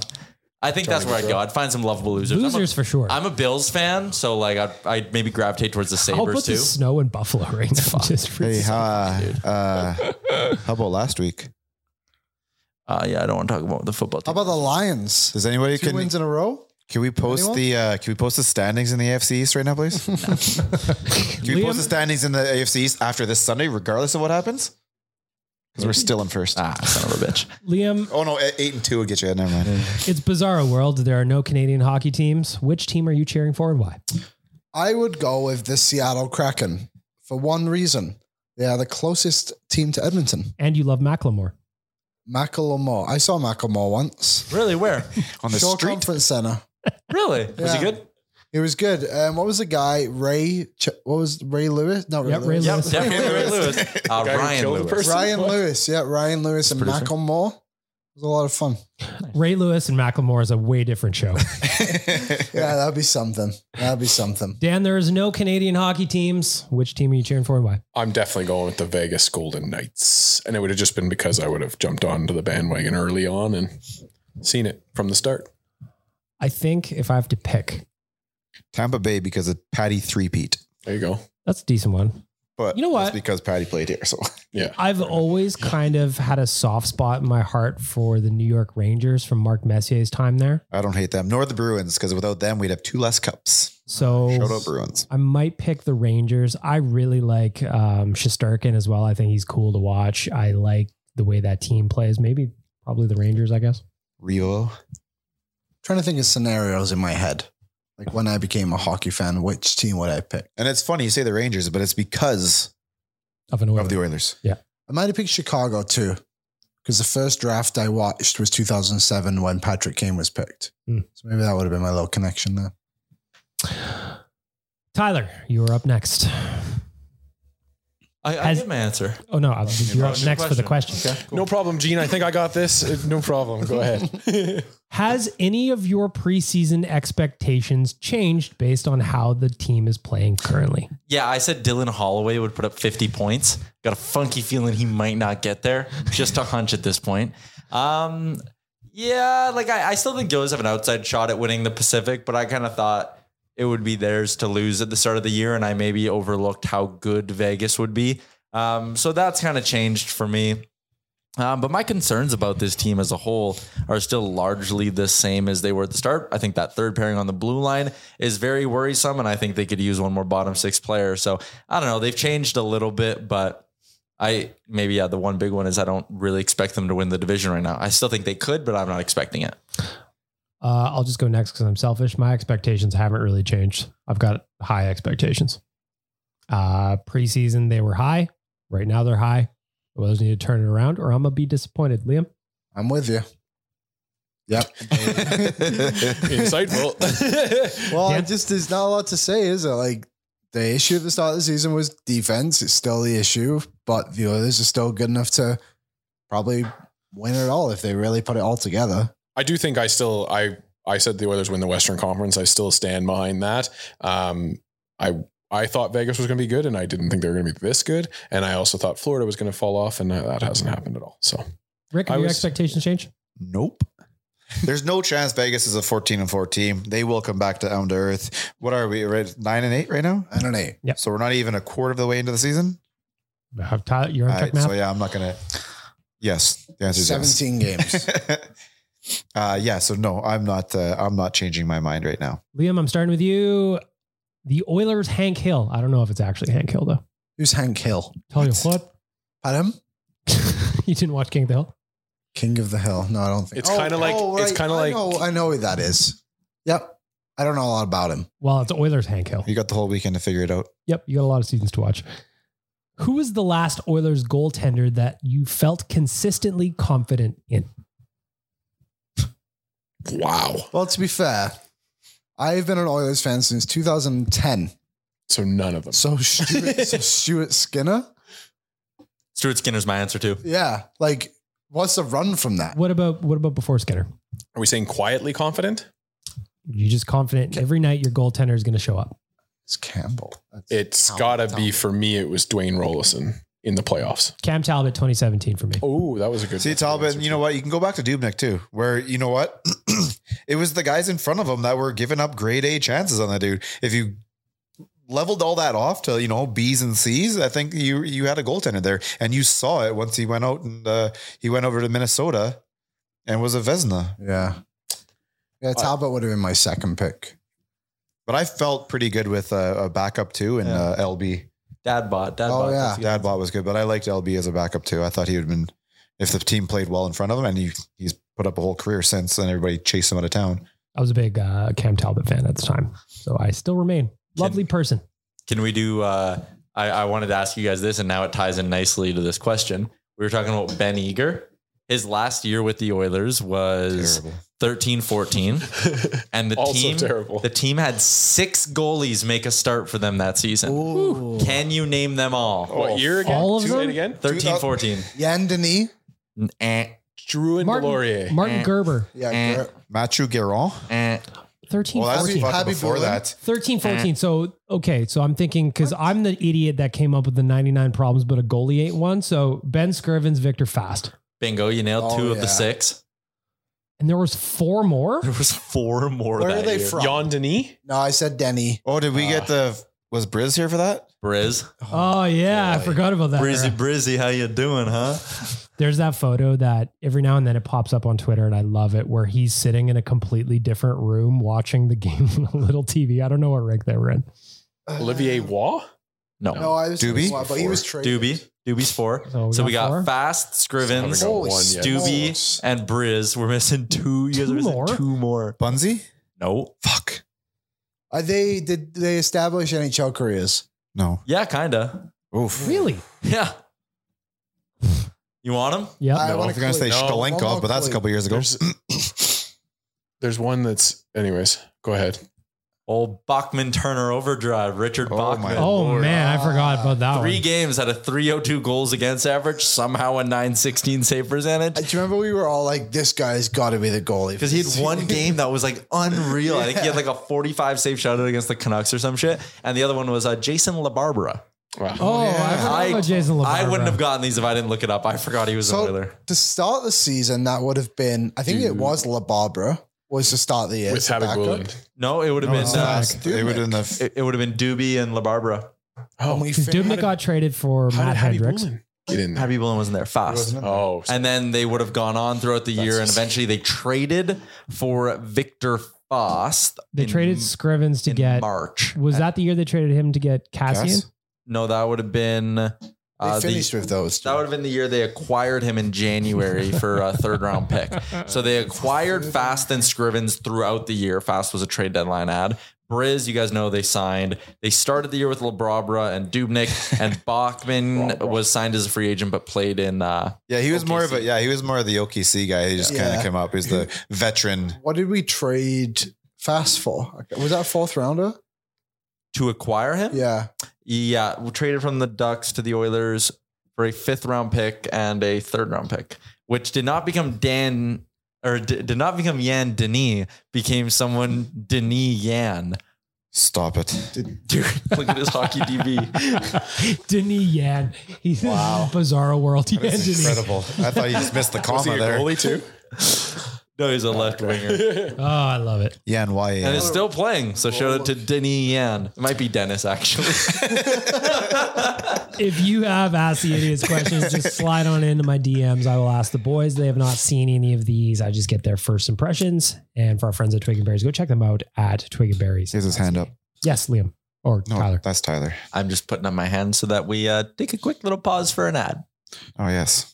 D: I think that's where I'd go. I'd find some lovable losers. I'm a-
C: Losers for sure.
D: I'm a Bills fan, so like I'd, I'd maybe gravitate towards the
C: I'll put
D: Sabres
C: the
D: too.
C: snow in Buffalo right now. Just for
E: Hey, uh, uh, how about last week?
D: Uh, yeah, I don't want to talk about the football
F: How
D: team.
F: about the Lions?
E: Does anybody
F: Two
E: can
F: wins in a row.
E: can we post
F: anyone?
E: the uh, can we post the standings in the AFC East right now, please? Can we
C: Liam-
E: post the standings in the AFC East after this Sunday, regardless of what happens? Because we're still in first.
D: Ah, son of a bitch.
C: Liam,
E: Oh no, eight eight and two would get you. in. Never mind.
C: It's bizarro world. There are no Canadian hockey teams. Which team are you cheering for and why?
F: I would go with the Seattle Kraken for one reason. They are the closest team to Edmonton.
C: And you love Macklemore.
F: Macklemore. I saw Macklemore once.
D: Really? Where?
E: On the
F: Shore
E: street.
F: Conference Center.
D: Really? Was he
F: Yeah.
D: good?
F: It was good. Um, what was the guy? Ray. Ch- what was Ray Lewis? Not Ray
C: Yep,
F: Lewis.
C: Ray
D: Yep,
C: Lewis.
D: definitely Ray Lewis. Uh,
G: guy who
D: Ryan
G: killed the
D: Lewis.
G: person?
F: Ryan
G: What?
F: Lewis. Yeah, Ryan Lewis and
D: Producer.
F: Macklemore. It was a lot of fun.
C: Ray Lewis and Macklemore is a way different show.
F: Yeah, that'd be something. That'd be something.
C: Dan, there is no Canadian hockey teams. Which team are you cheering for and why?
G: I'm definitely going with the Vegas Golden Knights. And it would have just been because I would have jumped onto the bandwagon early on and seen it from the start.
C: I think if I have to pick,
E: Tampa Bay because of Patty three peat.
G: There you go.
C: that's a decent one.
E: But
C: You know what?
E: That's because Patty played here. So
G: Yeah.
C: I've always kind of had a soft spot in my heart for the New York Rangers from Mark Messier's time there.
E: I don't hate them. Nor the Bruins, because without them we'd have two less cups. Shout
C: So
E: out Bruins.
C: I might pick the Rangers. I really like um, Shesterkin as well. I think he's cool to watch. I like the way that team plays. Maybe probably the Rangers, I guess.
E: Rio.
F: trying to think of scenarios in my head. Like when I became a hockey fan, which team would I pick?
E: And it's funny you say the Rangers, but it's because
C: Of an Oilers.
E: of the Oilers.
F: I might have picked Chicago too, because the first draft I watched was 2007 when Patrick Kane was picked.
C: Hmm.
F: So maybe that would have been my little connection there.
C: Tyler, you are up next.
D: I, I
C: Has-
D: give my answer.
C: Oh no, I- you're up next for the question.
G: No problem, Gene. I think I got this. Uh, No problem. Go ahead.
C: Has any of your preseason expectations changed based on how the team is playing currently?
D: Yeah, I said Dylan Holloway would put up 50 points. Got a funky feeling he might not get there. Just a hunch at this point. Um, yeah, like I, I still think Joes have an outside shot at winning the Pacific, but I kind of thought it would be theirs to lose at the start of the year, and I maybe overlooked how good Vegas would be. Um, so that's kind of changed for me. Um, but my concerns about this team as a whole are still largely the same as they were at the start. I think that third pairing on the blue line is very worrisome, and I think they could use one more bottom six player. So I don't know. They've changed a little bit, but I maybe yeah. The one big one is I don't really expect them to win the division right now. I still think they could, but I'm not expecting it.
C: Uh, I'll just go next because I'm selfish. My expectations haven't really changed. I've got high expectations. Uh, preseason, they were high. Right now, they're high. The Oilers need to turn it around, or I'm going to be disappointed. Liam?
F: I'm with you. Yep.
G: Insightful.
F: Well,
C: Dan?
F: it just there's not a lot to say, is it? Like the issue at the start of the season was defense. It's still the issue, but the others are still good enough to probably win it all if they really put it all together.
G: I do think I still I I said the Oilers win the Western Conference. I still stand behind that. Um, I I thought Vegas was going to be good, and I didn't think they were going to be this good. And I also thought Florida was going to fall off, and that, that hasn't happened at all. So
C: Rick,
G: I
C: have your
G: was-
C: expectations changed?
E: Nope. There's no chance Vegas is a 14 and 4 team. They will come back to down to earth. What are we? Right, nine and eight right now.
F: I don't know.
E: So we're not even a quarter of the way into the season.
C: Uh, Tyler, you're on
E: All
C: check
E: right,
C: map.
E: so yeah, I'm not gonna. Yes, the answer is yes.
F: 17 games.
E: uh, yeah. So no, I'm not. Uh, I'm not changing my mind right now.
C: Liam, I'm starting with you. The Oilers, Hank Hill. I don't know if it's actually Hank Hill, though.
F: Who's Hank Hill?
C: Tell you what,
F: Adam?
C: you didn't watch King of the Hill.
F: King of the Hill. No, I don't think
G: It's kinda like- it's kinda
F: Oh, I
G: like-
F: know, I know who that is. Yep. I don't know a lot about him.
C: Well, it's Oilers, Hank Hill.
E: You got the whole weekend to figure it out.
C: Yep, you got a lot of seasons to watch. Who was the last Oilers goaltender that you felt consistently confident in?
G: wow.
F: Well, to be fair, I've been an Oilers fan since 2010.
G: So none of them.
F: So Stuart, so Stuart Skinner?
D: Stuart Skinner's my answer too.
F: Yeah. Like, what's the run from that?
C: What about what about before Skinner?
G: Are we saying quietly confident?
C: You're just confident every night your goaltender is going to show up.
F: It's Campbell.
G: It's got to be for me. It was Dwayne Rollison in the playoffs.
C: Cam Talbot 2017 for me.
G: Oh, that was a good.
E: See,
G: that's a good
E: Talbot,
G: answer,
E: you know
G: too.
E: what? You can go back to Dubnik too, where you know what? it was the guys in front of him that were giving up grade A chances on that dude. If you leveled all that off to you know B's and C's, I think you you had a goaltender there, and you saw it once he went out and uh, he went over to Minnesota and was a Vesna.
F: Yeah. Yeah, Talbot would have been my second pick.
E: But I felt pretty good with uh, a backup too, and
D: Yeah.
E: uh, LB
D: Dad bot. Dad
F: Oh,
D: bot.
F: yeah.
D: that's good.
E: Dadbot was good, but I liked LB as a backup too. I thought he would have been if the team played well in front of him, and he, he's put up a whole career since, and everybody chased him out of town.
C: I was a big uh, Cam Talbot fan at the time, so I still remain. Lovely person.
D: Can we do? Uh, I, I wanted to ask you guys this, and now it ties in nicely to this question. We were talking about Ben Eager. His last year with the Oilers was 13 14. And the
G: Also
D: team,
G: terrible.
D: the team had six goalies make a start for them that season. Can you name them all?
G: What year again?
C: All of
G: Two-
C: them?
G: say it again.
D: 13 14.
F: Yandini.
D: Eh,
G: Drew and
C: Martin,
G: Delorier.
C: Martin
D: Eh.
C: Gerber,
D: Eh.
F: Yeah.
E: Matthew Guerin.
D: eh.
C: 13,
E: Well, that's
C: 14.
E: fucking
F: Happy
E: before
F: Berlin.
E: that.
C: 13, 14. So, okay. So I'm thinking because I'm the idiot that came up with the 99 problems, but a goalie ain't one. So Ben Skirvin's Victor Fast.
D: Bingo, you nailed
F: Oh,
D: two of
F: yeah.
D: the six.
C: And there was four more.
D: There was four more
F: Where
D: that
F: are they
D: year.
F: from?
G: Yondini.
F: No, I said Denny.
E: Oh, did we get the was Briz here for that?
D: Ah. Briz.
C: Oh, yeah. I forgot about that.
D: Brizzy
C: era.
D: Brizzy, how you doing, huh?
C: There's that photo that every now and then it pops up on Twitter and I love it where he's sitting in a completely different room watching the game on a little TV. I don't know what rank they were in.
G: Olivier Waugh.
D: No.
F: Uh, No, I was
E: Doobie?
F: Wow, but he was traded.
D: Doobie. Doobie's four.
C: So we
D: so we
C: got
D: got
C: four?
D: Fast, Scrivens,
G: So we got one, yeah.
D: Doobie, and Briz. We're missing two. You guys
C: Two
D: are missing
C: more?
D: two more.
E: Bunzi?
D: No.
E: Fuck.
F: Are they did they establish NHL careers?
E: No.
D: Yeah, kinda.
E: Oof.
C: Really?
D: Yeah. You want them?
C: Yeah.
F: I
E: I
F: wanna
E: was gonna say
F: clue.
G: No.
F: One more
E: Stolenkov, but that's a
F: clue.
E: couple years ago.
G: There's one that's. Anyways, go ahead.
D: Old Bachman Turner overdrive, Richard
E: Oh,
D: Bachman.
E: my
C: Oh
E: Lord.
C: man, I forgot about that
D: Three
C: one.
D: games at a 302 goals against average, somehow a 916 save
F: Do
D: percentage.
F: you remember we were all like, this guy's got to be the goalie?
D: Because he had one game that was like unreal. I think he had like a 45 save shutout against the Canucks or some shit. And the other one was uh, Jason LaBarbera.
C: Oh, I forgot
D: I,
C: about Jason LeBron.
D: I wouldn't have gotten these if I didn't look it up. I forgot he was
F: So-
D: an Oiler.
F: To start the season, that would have been, I think it was La Barbara, was to start the year.
G: with
F: as a
G: Havoc
F: backup.
G: Willand.
D: No, it would have
E: No,
D: been
E: it's
D: uh,
E: not. They would in the
D: it, would have been Doobie and LaBarbera.
F: And we
C: Oh, Because
F: fin-
C: Dubnik got traded for Matt Hendricks.
G: get in there?
D: Happy Bullen wasn't there fast.
G: Oh, so
D: And then they would have gone on throughout the year, and
E: just-
D: eventually they traded for Victor Foss.
C: They
D: in-
C: traded Scrivens to
D: in
C: get.
D: March.
C: Was that the year they traded him to get Cassian?
E: Cass?
D: No, that would have been.
F: They
D: Uh, the,
F: finished with those.
D: that would have been the year they acquired him in January for a third round pick. So they acquired Fast and Scrivens throughout the year. Fast was a trade deadline ad. Briz, you guys know they signed. They started the year with Labrabra and Dubnik, and Bachman was signed as a free agent but played in. Uh,
E: yeah, he was more of a
D: OKC.
E: yeah, he was more of the OKC guy. He just
F: Yeah.
E: kind of came up. He's the veteran.
F: What did we trade Fast for? Was that a fourth rounder?
D: to acquire him?
F: Yeah.
D: Yeah, we traded from the Ducks to the Oilers for a fifth round pick and a third round pick, which did not become Dan or d- did not become Yan Denis, became someone Denis Yan.
E: Stop it.
D: Dude, look at his hockey DB.
C: Denis Yan. He's wow. bizarro world. Yan
E: That's
C: Denis.
E: incredible. I thought you just missed the
G: was he
E: comma
G: a
E: there.
G: goalie too?
D: No, he's a left winger.
C: Oh, I love it.
E: Yeah, and why?
D: And is still playing. So shout out to Denis Yan. It might be Dennis, actually.
C: If you have Ask the Idiots questions, just slide on into my DMs. I will ask the boys. They have not seen any of these. I just get their first impressions. And for our friends at Twig and Berries, go check them out at Twig and Berries.
E: Here's his hand up.
C: Yes, Liam or
E: No,
C: Tyler.
E: that's Tyler.
D: I'm just putting up my hand so that we uh, take a quick little pause for an ad.
E: Oh yes.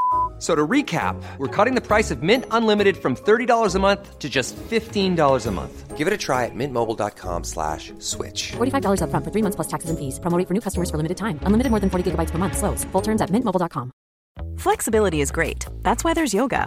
H: a-" So to recap, we're cutting the price of Mint Unlimited from $30 a month to just $15 a month. Give it a try at mintmobile.com slash switch.
I: $45 up front for three months plus taxes and fees. Promo rate for new customers for limited time. Unlimited more than 40 gigabytes per month. Slows. Full terms at mintmobile.com.
A: Flexibility is great. That's why there's yoga.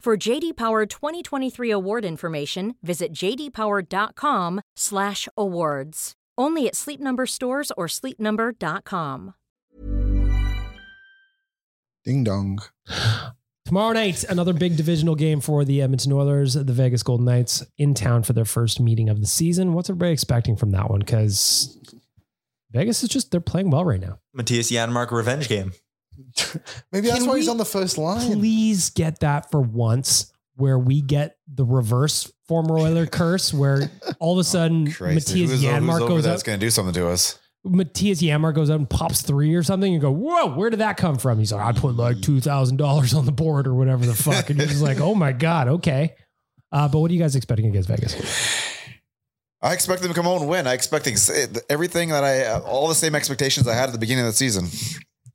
I: For JD Power 2023 award information, visit jdpower.com/awards. Only at Sleep Number stores or sleepnumber.com.
F: Ding dong.
C: Tomorrow night, another big divisional game for the Edmonton Oilers. The Vegas Golden Knights in town for their first meeting of the season. What's everybody expecting from that one? Because Vegas is just, they're playing well right now.
D: Matthias Janmark revenge game.
F: Maybe that's
C: Can
F: why he's
C: we
F: on the first line.
C: Please get that for once where we get the reverse former Oiler curse where all of a sudden
E: Christ.
C: Matthias
E: who's, who's
C: Yanmark
E: over
C: goes
E: that's
C: out.
E: going to do something to us?
C: Matthias Yammer goes out and pops three or something. and go, whoa, where did that come from? He's like, I put like two thousand dollars on the board or whatever the fuck, and you're just like, oh my god, okay. Uh, but what are you guys expecting against Vegas?
E: I expect them to come home and win. I expect ex- everything that I, all the same expectations I had at the beginning of the season.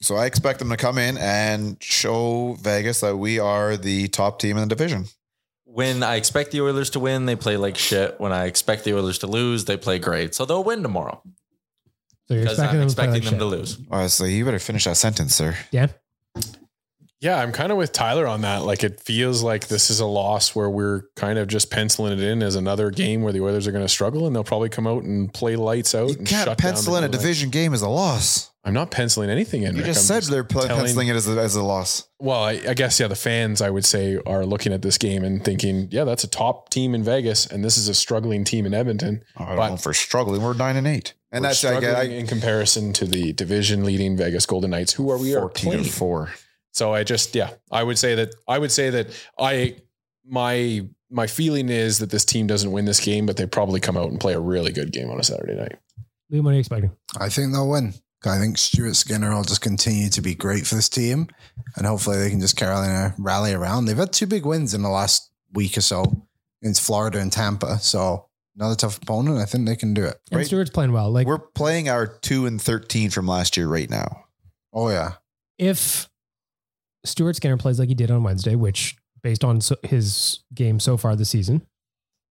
E: So I expect them to come in and show Vegas that we are the top team in the division.
D: when I expect the Oilers to win, they play like shit. When I expect the Oilers to lose, they play great. So they'll win tomorrow
C: So you're
D: because
C: expecting
D: I'm
C: them, to play
D: expecting
C: like
D: them
C: shit.
D: to lose.
E: All right, so you better finish that sentence, sir.
C: Dan,
G: Yeah, I'm kind of with Tyler on that. Like, it feels like this is a loss where we're kind of just penciling it in as another game where the Oilers are going to struggle, and they'll probably come out and play lights out.
E: You
G: and
E: can't
G: shut down
E: pencil in a
G: the-
E: division game as a loss.
G: I'm not penciling anything in.
E: You
G: Rick.
E: just
G: I'm
E: said they're pl-
G: telling-
E: penciling it as a, as a loss.
G: Well, I, I guess yeah, the fans I would say are looking at this game and thinking, yeah, that's a top team in Vegas, and this is a struggling team in Edmonton.
E: Oh, I don't
G: But-
E: know if we're struggling. We're nine and eight, and
G: We're
E: that's I,
G: struggling
E: I,
G: in comparison to the division leading Vegas Golden Knights, who are we are
E: fourteen
G: playing.
E: and four.
G: So I just yeah, I would say that I would say that I my my feeling is that this team doesn't win this game, but they probably come out and play a really good game on a Saturday night.
C: Liam, what are you expecting?
F: I think they'll win. I think Stuart Skinner will just continue to be great for this team, and hopefully they can just Carolina rally around. They've had two big wins in the last week or so against Florida and Tampa, so another tough opponent. I think they can do it.
C: And
E: Right.
C: Stewart's playing well. Like
E: We're playing our two and thirteen from last year right now.
F: Oh yeah,
C: if Stuart Skinner plays like he did on Wednesday, which based on so, his game so far this season,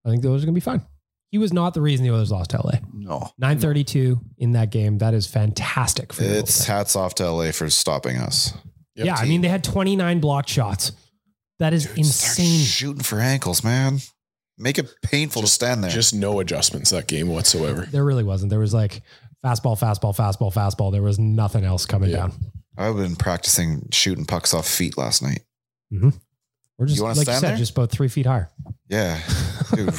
C: I think the Oilers are going to be fine. He was not the reason the Oilers lost to LA.
F: no,
C: 932 in that game. That is fantastic for the
E: It's
C: Oilers.
E: hats off to LA for stopping us.
G: Yep.
C: Yeah, I mean, they had 29 blocked shots. That is
E: Dude, start
C: insane.
E: shooting for ankles, man. Make it painful to stand there.
G: Just no adjustments that game whatsoever.
C: There really wasn't. There was like fastball, fastball, fastball, fastball. There was nothing else coming
G: Yeah.
C: down.
E: I've been practicing shooting pucks off feet last night.
C: We're just,
E: You wanna
C: like you
E: stand
C: said,
E: there?
C: just about three feet higher.
E: Yeah, dude,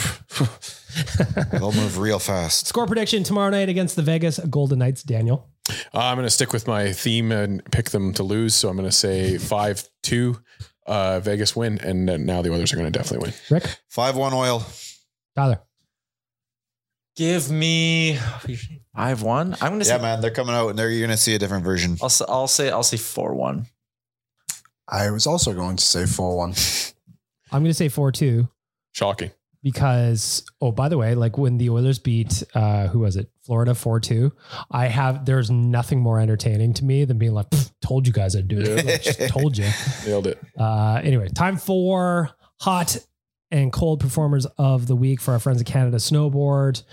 E: they'll move real fast.
C: Score prediction tomorrow night against the Vegas Golden Knights, Daniel.
G: Uh, I'm going to stick with my theme and pick them to lose. So I'm going to say five two, uh, Vegas win, and then now the others are going to definitely win.
C: Rick,
E: Five one oil.
C: Tyler.
D: Give me five one. I'm gonna
E: Yeah,
D: say
E: man, they're coming out and they're you're gonna see a different version.
D: I'll, s- I'll say I'll say four one.
F: I was also going to say four one.
C: I'm going to say 4 2.
G: Shocking.
C: because oh by the way like when the oilers beat uh who was it florida 4-2 i have there's nothing more entertaining to me than being like "Pfft, told you guys i'd do it Like, just told you
G: Nailed it.
C: uh anyway time for hot and cold performers of the week for our friends at canada snowboard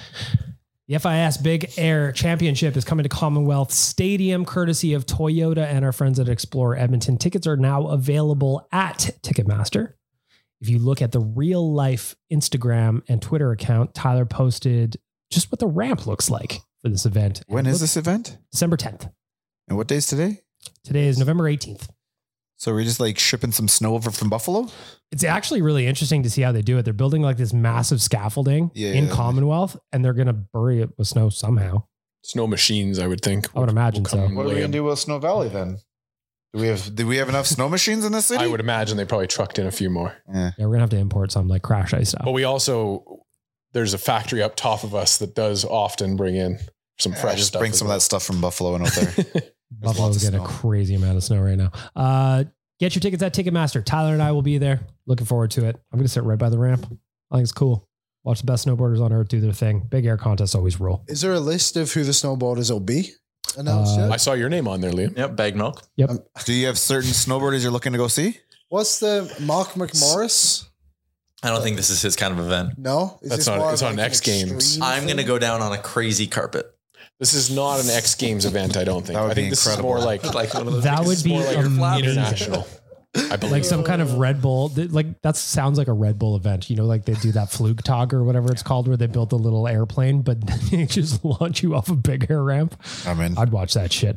C: the FIS Big Air Championship is coming to Commonwealth Stadium courtesy of Toyota and our friends at Explorer Edmonton. Tickets are now available at Ticketmaster. If you look at the real life Instagram and Twitter account, Tyler posted just what the ramp looks like for this event.
E: When is
C: Look-
E: this event?
C: December 10th.
E: And what day's today?
C: Today is November 18th.
E: So we're just like shipping some snow over from Buffalo.
C: It's actually really interesting to see how they do it. They're building like this massive scaffolding
E: Yeah.
C: in Commonwealth and they're going to bury it with snow somehow.
G: Snow machines, I would think.
C: I would imagine
G: come
C: so.
G: and
E: What are we
G: lay
E: gonna
G: a-
E: do with Snow Valley then? Do we have do we have enough snow machines in this city?
G: I would imagine they probably trucked in a few more.
C: Yeah, we're going to have to import some like crash ice stuff.
G: But we also there's a factory up top of us that does often bring in some
E: Yeah,
G: fresh
E: just
G: stuff.
E: bring some of that stuff from Buffalo and out there.
G: that.
E: There's
C: Buffalo's
E: lots of
C: getting a
E: snow.
C: crazy amount of snow right now. Uh, get your tickets at Ticketmaster. Tyler and I will be there. Looking forward to it. I'm going to sit right by the ramp. I think it's cool. Watch the best snowboarders on earth do their thing. Big air contests always rule.
F: Is there a list of who the snowboarders will be announced
C: Uh,
G: I
F: yet?
G: saw your name on there, Liam.
D: Yep, bag milk.
E: Um, do you have certain snowboarders you're looking to go see?
F: What's the Mark McMorris?
D: I don't think this is his kind of event.
F: No, is
G: That's
F: this
G: not-
F: more
G: it's
F: of
G: on
F: an
G: X Games.
F: extreme
D: I'm gonna
F: thing?
D: go down on a crazy carpet.
G: This is not an X Games event, I don't think.
E: That would
G: I think
E: be
G: this
E: incredible.
G: is more like
D: Like one of those.
C: That
D: this
C: would
D: is
C: be
D: more your flap
C: amazing.
D: international.
G: I believe
C: Like some kind of Red Bull, th- like that sounds like a Red Bull event. You know, like they do that Flugtag or whatever it's called, where they build a little airplane, but they just launch you off a big air ramp.
E: I'm in.
C: I'd watch that shit.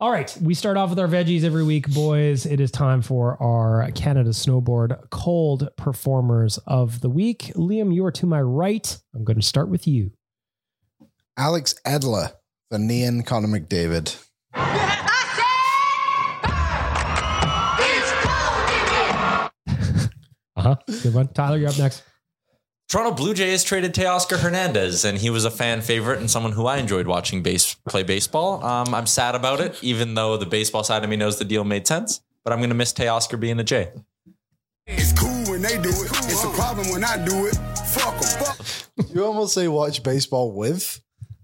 C: All right. We start off with our veggies every week, boys. It is time for our Canada Snowboard Cold Performers of the Week. Liam, you are to my right. I'm going to start with you.
F: Alex Edler for Nian Connor McDavid.
C: Uh huh. Good one. Tyler, you're up next.
D: Toronto Blue Jays traded Teoscar Hernandez, and he was a fan favorite and someone who I enjoyed watching base play baseball. Um, I'm sad about it, even though the baseball side of me knows the deal made sense. But I'm gonna miss Teoscar being a Jay.
J: It's cool when they do it. It's a problem when I do it. Fuck 'em, fuck.
F: You almost say watch baseball with.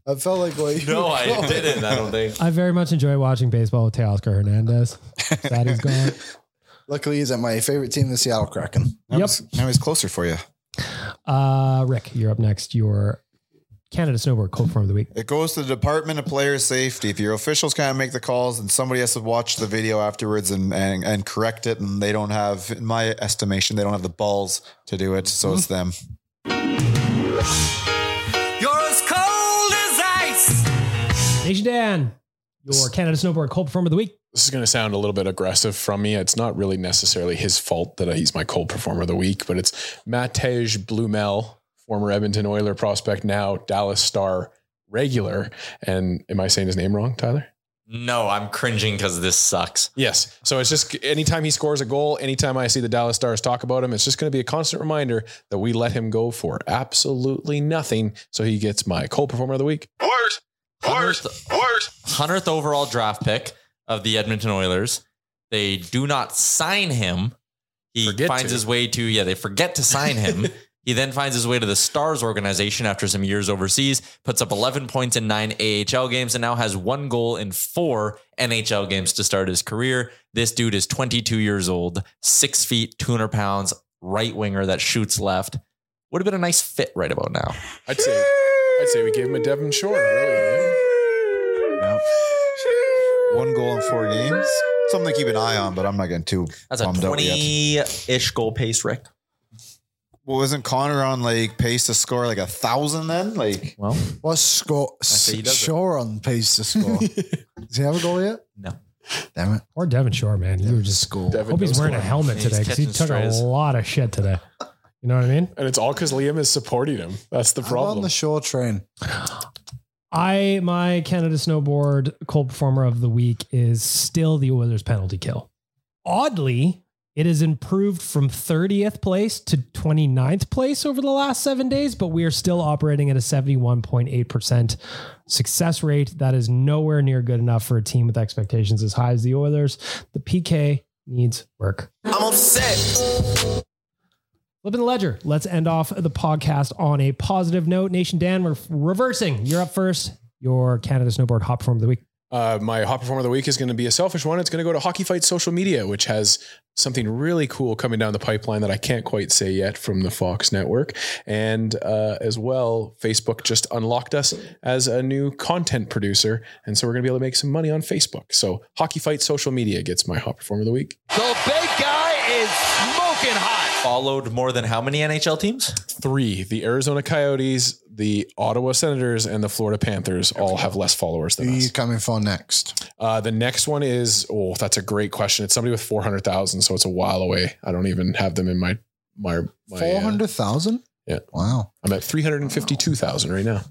F: I felt like what you
D: No, I didn't. I don't think.
C: I very much enjoy watching baseball with Teoscar Hernandez. That is gone.
F: Luckily, he's at my favorite team, the Seattle Kraken.
E: Now
C: Yep.
E: he's- now he's closer for you.
C: Uh, Rick, you're up next. Your Canada Snowboard Cold Farm of the Week.
E: It goes to the Department of Player Safety. If your officials can't make the calls, and somebody has to watch the video afterwards and, and, and correct it, and they don't have, in my estimation, they don't have the balls to do it. So it's them.
J: You're as cold as ice.
C: Nation Dan, your Canada Snowboard Cold Performer of the Week.
G: This is going to sound a little bit aggressive from me. It's not really necessarily his fault that he's my cold performer of the week, but it's Matej Blumel, former Edmonton Oiler prospect, now Dallas Star regular. And am I saying his name wrong, Tyler?
D: No, I'm cringing because this sucks.
G: Yes. So it's just anytime he scores a goal, anytime I see the Dallas Stars talk about him, it's just going to be a constant reminder that we let him go for absolutely nothing. So he gets my cold performer of the week.
D: Hundredth, hundredth overall draft pick of the Edmonton Oilers. They do not sign him. He
G: Forget
D: finds
G: to.
D: his way to yeah. They forget to sign him. he then finds his way to the Stars organization after some years overseas. Puts up 11 points in nine AHL games and now has one goal in four NHL games to start his career. This dude is 22 years old, six feet, 200 pounds, right winger that shoots left. Would have been a nice fit right about now.
G: I'd say I'd say we gave him a Devon Shore. Really, yeah.
E: No. One goal in four games. Something to keep an eye on, but I'm not getting too
D: That's a
E: bummed out yet.
D: 20-ish goal pace, Rick.
E: Well, wasn't Connor on like pace to score like a thousand then? Like
D: Well,
F: What's score?
D: say he does it.
F: Shore on pace to score. Does he have a goal yet?
D: no.
F: Damn it.
C: Or Devon Shore, man. You were just
F: School.
G: Devin
C: hope he's
G: knows
C: wearing a
G: score.
C: helmet
D: He's
C: today because he
D: catching
C: took
D: strays.
C: a lot of shit today. You know what I mean?
G: And it's all because Liam is supporting him. That's the
F: I'm
G: problem.
F: on the Shore train.
C: I my Canada snowboard cold performer of the week is still the Oilers penalty kill. Oddly, it has improved from 30th place to 29th place over the last 7 days, but we are still operating at a 71.8% success rate. That is nowhere near good enough for a team with expectations as high as the Oilers. The PK needs work.
J: I'm upset.
C: Flip in the ledger. Let's end off the podcast on a positive note. Nation Dan, we're reversing. You're up first. Your Canada snowboard hop form of the week.
G: Uh, my hot performer of the week is going to be a selfish one. It's going to go to Hockey Fight social media, which has something really cool coming down the pipeline that I can't quite say yet from the Fox network. And uh, as well, Facebook just unlocked us as a new content producer. And so we're going to be able to make some money on Facebook. So Hockey Fight social media gets my hot performer of the week.
J: The big guy is smoking hot.
D: Followed more than how many NHL teams?
G: Three the Arizona Coyotes, the Ottawa Senators, and the Florida Panthers all have less followers
F: Who
G: than
F: are
G: us.
F: you coming for next?
G: Uh, the next one is oh, that's a great question. It's somebody with four hundred thousand, so it's a while away. I don't even have them in my my. my uh,
F: 400,000?
G: Yeah.
F: Wow.
G: I'm at three hundred and fifty-two thousand right now.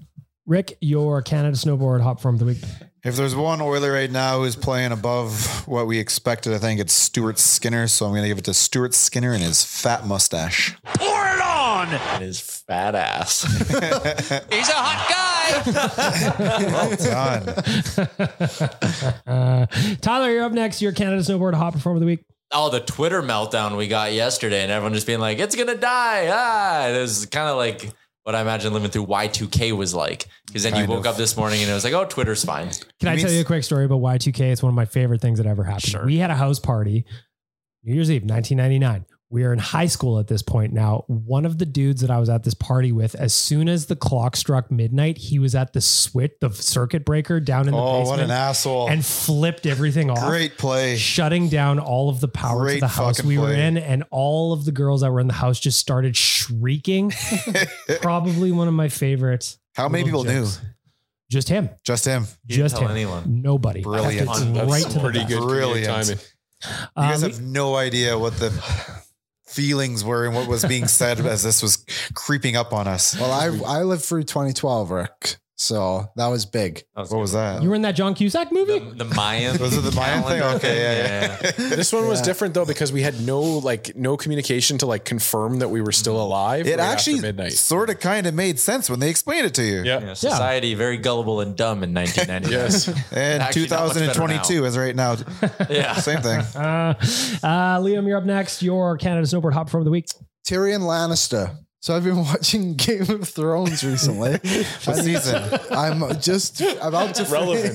C: Rick, your Canada snowboard hop form of the week.
E: if there's one Oiler right now who's playing above what we expected, I think it's Stuart Skinner. So I'm gonna give it to Stuart Skinner and his fat mustache.
J: Pour it on.
D: And his fat ass.
J: He's a hot guy.
E: Oh, Done.
C: Uh, Tyler, you're up next. Your Canada snowboard hop performer of the week.
D: oh, the Twitter meltdown we got yesterday, and everyone just being like, "It's gonna die!" Ah, it was kind of like what I imagine living through Y2K was like. Because then you
E: Kind
D: woke
E: of.
D: up this morning and it was like, "Oh, Twitter's fine."
C: Can I
E: means-
C: tell you a quick story about Y2K? It's one of my favorite things that ever happened. We had a house party New Year's Eve, 1999. We are in high school at this point now. One of the dudes that I was at this party with, as soon as the clock struck midnight, he was at the switch, the circuit breaker down in the
E: oh,
C: basement.
E: what an asshole!
C: and flipped everything off.
E: Great play.
C: Shutting down all of the power to
E: Great
C: the house
E: fucking
C: we were
E: play.
C: in, and all of the girls that were in the house just started shrieking. Probably one of my favorites.
E: How many people
C: little
E: knew?
C: jokes. Just him.
E: Just him.
D: You didn't
C: Just
D: tell
C: him.
D: anyone.
C: Nobody.
E: Brilliant.
C: Kept it
G: That's
C: right to the
G: pretty
C: back.
G: good comedic
E: Brilliant.
G: timing.
E: You guys
C: Um,
E: have no idea what the feelings were and what was being said as this was creeping up on us.
F: Well, I, I lived through 2012, Rick. So that was big.
E: what was that?
C: you were in that John Cusack movie.
D: The, the Mayan.
E: Was it the Mayan thing?
D: calendar
E: Okay, yeah, yeah.
G: This one was different though because we had no like no communication to like confirm that we were still
F: Mm-hmm.
G: alive.
E: It
G: right after
E: actually
G: midnight.
E: sort of kind of made sense when they explained it to you.
G: Yeah.
D: Yeah, society very gullible and dumb in 1999.
G: Yes.
E: And
D: Actually, not much better
E: 2022 is right now.
D: yeah.
E: Same thing.
C: Uh, uh, Liam, you're up next. Your Canada snowboard hop from the week.
F: Tyrion Lannister. So I've been watching Game of Thrones recently.
E: What
F: And
E: season?
F: I'm just about to
G: Relevant.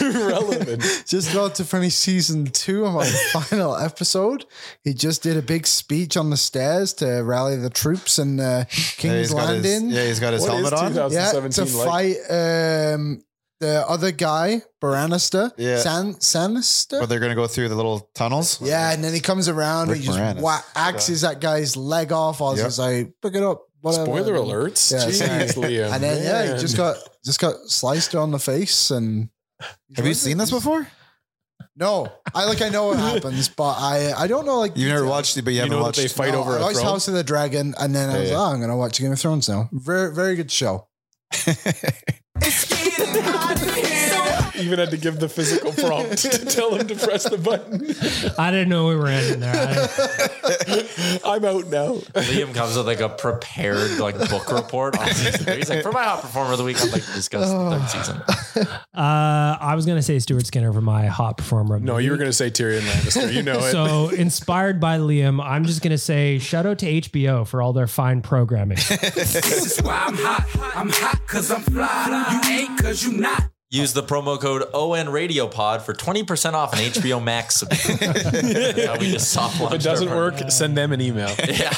G: Relevant.
F: Just about to finish season two. I'm on the final episode. He just did a big speech on the stairs to rally the troops in uh,
E: Yeah,
F: King's
E: he's got his-
F: Landing.
E: yeah, he's got his
G: What is
E: helmet on.
G: 2000?
F: yeah, to
G: 2017 like?
F: fight um, the other guy, Baranister.
E: Yeah.
F: San Sanister.
E: But they're gonna go through the little tunnels.
F: Yeah, and then he comes around
E: Rick
F: and he just
E: Moranis.
F: wha- axes that guy's leg off. I was
E: Yep.
F: just like, pick it up. Whatever.
G: Spoiler alerts.
F: Yeah,
G: Jeez, Liam.
F: And then yeah,
G: man.
F: he just got just got sliced on the face and.
E: Have you seen this before?
F: No, I like I know it happens, but I I don't know like uh,
E: You've never watched it, but you,
G: you
E: haven't
G: know that
E: watched.
G: they fight
F: No,
G: over
F: I
G: a
F: watched
G: throne.
F: House of the Dragon, and then I was
E: Yeah,
F: like,
E: yeah.
F: oh, I'm gonna watch Game of Thrones now. Very very good show.
G: Even had to give the physical prompt to tell him to press the button.
C: I didn't know we were ending there. I didn't-
G: I'm out now.
D: Liam comes with like a prepared like book report on season three. He's like, for my hot performer of the week, I'd like to discuss the third season.
C: Uh, I was gonna say Stuart Skinner for my hot performer. of the
G: No, you were
C: week.
G: going to say Tyrion Lannister. You know it.
C: So inspired by Liam, I'm just gonna say shout out to HBO for all their fine programming.
J: I'm hot. I'm hot cause I'm fly. You ain't cause you not.
D: Use the promo code ON Radio Pod for 20% off an HBO Max subscription. That's how we just soft
G: if it
D: launched our
G: doesn't
D: program.
G: work, send them an email.
D: Yeah.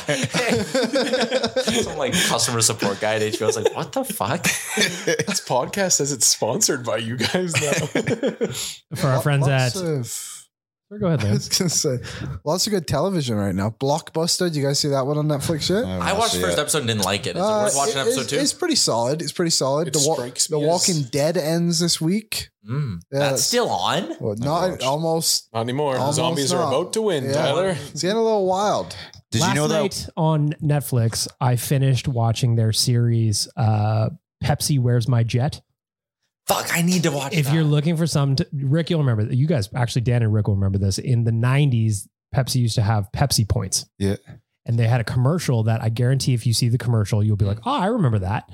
D: Some like customer support guy at HBO was like, what the fuck?
G: this podcast says it's sponsored by you guys now.
C: For our friends at,
F: Lots of-
C: Sure, go ahead,
F: I was
C: Liam.
F: gonna say lots of good television right now. Blockbuster, do you guys see that one on Netflix yet?
D: I watched the first episode and didn't like it. Is
F: Uh,
D: it worth watching
F: it-
D: episode
F: it's,
D: two?
F: It's pretty solid. It's pretty solid.
G: It
F: the wa-
G: strikes
F: the
G: me as-
F: Walking Dead ends this week.
D: Mm.
F: Yeah,
D: That's
F: it's-
D: still on?
F: Well, not almost.
G: Not anymore. The
F: Almost
G: Zombies are
F: not.
G: about to win,
F: Yeah.
G: Tyler.
F: It's getting a little wild.
E: Did
C: Last
E: you know that?
C: night on Netflix, I finished watching their series uh, Pepsi Where's My Jet.
D: Fuck, I need to watch
C: If
D: that.
C: you're looking for some, t- Rick, you'll remember. You guys, actually, Dan and Rick will remember this. In the 90s, Pepsi used to have Pepsi points.
E: Yeah.
C: And they had a commercial that I guarantee if you see the commercial, you'll be like, oh, I remember that.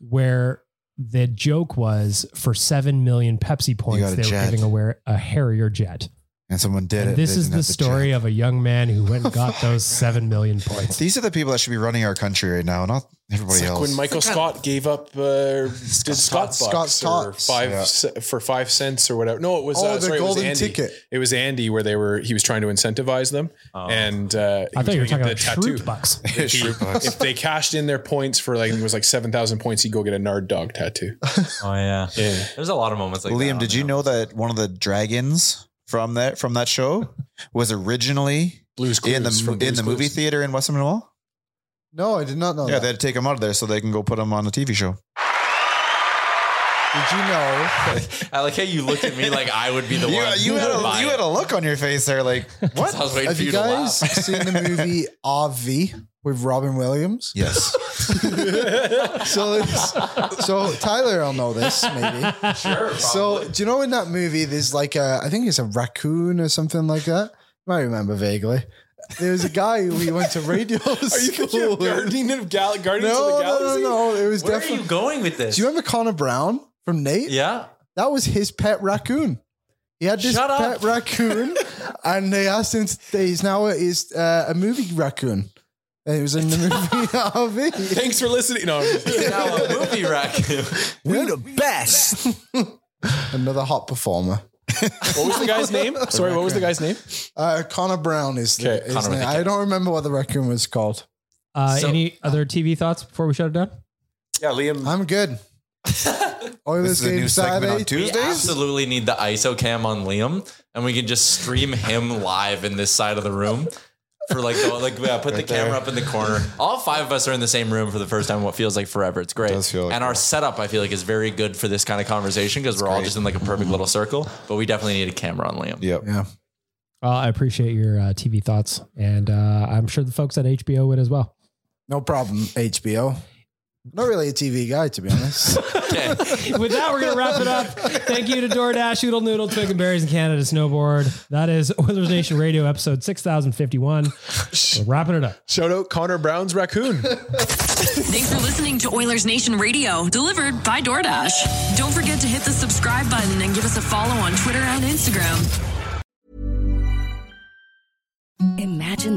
C: Where the joke was for 7 million Pepsi
E: got
C: points,
E: a
C: they were
E: jet.
C: giving away a Harrier jet.
E: And someone did it.
C: And this
E: They
C: is
E: didn't
C: the
E: have to
C: story
E: check.
C: of a young man who went and got those 7 million points.
E: These are the people that should be running our country right now, not everybody
G: It's like
E: else.
G: when Michael Scott gave up uh, did Scott
F: Scott
G: Bucks or
F: Tots.
G: five
E: Yeah.
G: ce- for five cents or whatever. No, it was
F: Oh,
G: uh,
F: the
G: sorry,
F: golden
G: it was Andy.
F: ticket.
G: It was Andy where they were. He was trying to incentivize them,
D: Oh.
G: and uh, he
C: I
G: was
C: thought you were
G: gonna get
C: talking
G: the
C: about Shroot Bucks.
G: If, he- if they cashed in their points for like it was like seven thousand points, he'd go get a Nard dog tattoo.
D: oh, yeah.
G: Yeah.
D: There's a lot of moments like that
E: Liam,
D: on
E: did you
D: there.
E: know that one of the dragons from that from that show was originally
G: Blues Clues
E: in the
G: from
E: in
G: Blue's
E: the movie
G: Clues.
E: theater in Westminster Mall?
F: No, I did not know
E: Yeah, they
F: that.
E: had to take him out of there so they can go put him on a TV show.
F: Did you know?
D: I like how you looked at me like I would be the
E: You,
D: one.
E: you,
D: who
E: had
D: would buy
E: a, you
D: it.
E: had a look on your face there, like
D: I was
E: what?
D: waiting
F: Have
D: for
F: you
D: you to laugh.
F: guys seen the movie RV with Robin Williams?
E: yes,
F: So, it's, so Tyler, will know this maybe.
D: Sure.
F: So, do you know in that movie there's like a I think it's a raccoon or something like that. You might remember vaguely. There was a guy who he went to radio
G: Are you
F: school.
G: thinking of
F: with.
G: Guardian of Gal- Guardians
F: No,
G: of the
F: no,
G: Galaxy?
F: no, no. It was
D: Where are
F: definitely.
D: you going with this?
F: Do you remember Connor Brown from Nate?
D: yeah.
F: That was his pet raccoon. He had this
D: Shut
F: pet
D: up.
F: raccoon, and they asked him. To, he's now a, he's, uh, a movie raccoon. And he was in the movie RV.
G: Thanks for listening. No, I'm just-
D: Now a movie raccoon.
F: We the best. Another hot performer.
G: what was the guy's name? Sorry, what was the guy's name?
F: Uh, Connor Brown is the,
G: Okay,
F: his
D: Connor with
F: name.
D: the
F: I don't remember what the raccoon was called.
C: Uh,
D: So-
C: any other TV thoughts before we shut it down?
G: Yeah, Liam.
F: I'm good.
E: this
F: Oilers
E: is a
F: game
E: new segment
F: Saturday.
E: on
D: We
E: Tuesdays.
D: absolutely need the ISO cam on Liam, and we can just stream him live in this side of the room. For like, the, like yeah, put the camera up in the corner. All five of us are in the same room for the first time. in What feels like forever. It's great.
E: does feel like
D: and our setup, I feel like, is very good for this kind of conversation because we're all just in like a perfect little circle. But we definitely need a camera on Liam.
E: Mm-hmm. Yep.
F: Yeah.
C: Well, I appreciate your uh, TV thoughts, and uh, I'm sure the folks at HBO would as well.
F: No problem, HBO. Not really a TV guy, to be honest.
D: Okay.
C: With that, we're going to wrap it up. Thank you to DoorDash, Oodle Noodle, Twig and Berries, and Canada Snowboard. That is Oilers Nation Radio episode 6051. We're wrapping it up.
G: Shout out Connor Brown's raccoon.
B: Thanks for listening to Oilers Nation Radio, delivered by DoorDash. Don't forget to hit the subscribe button and give us a follow on Twitter and Instagram.
K: Imagine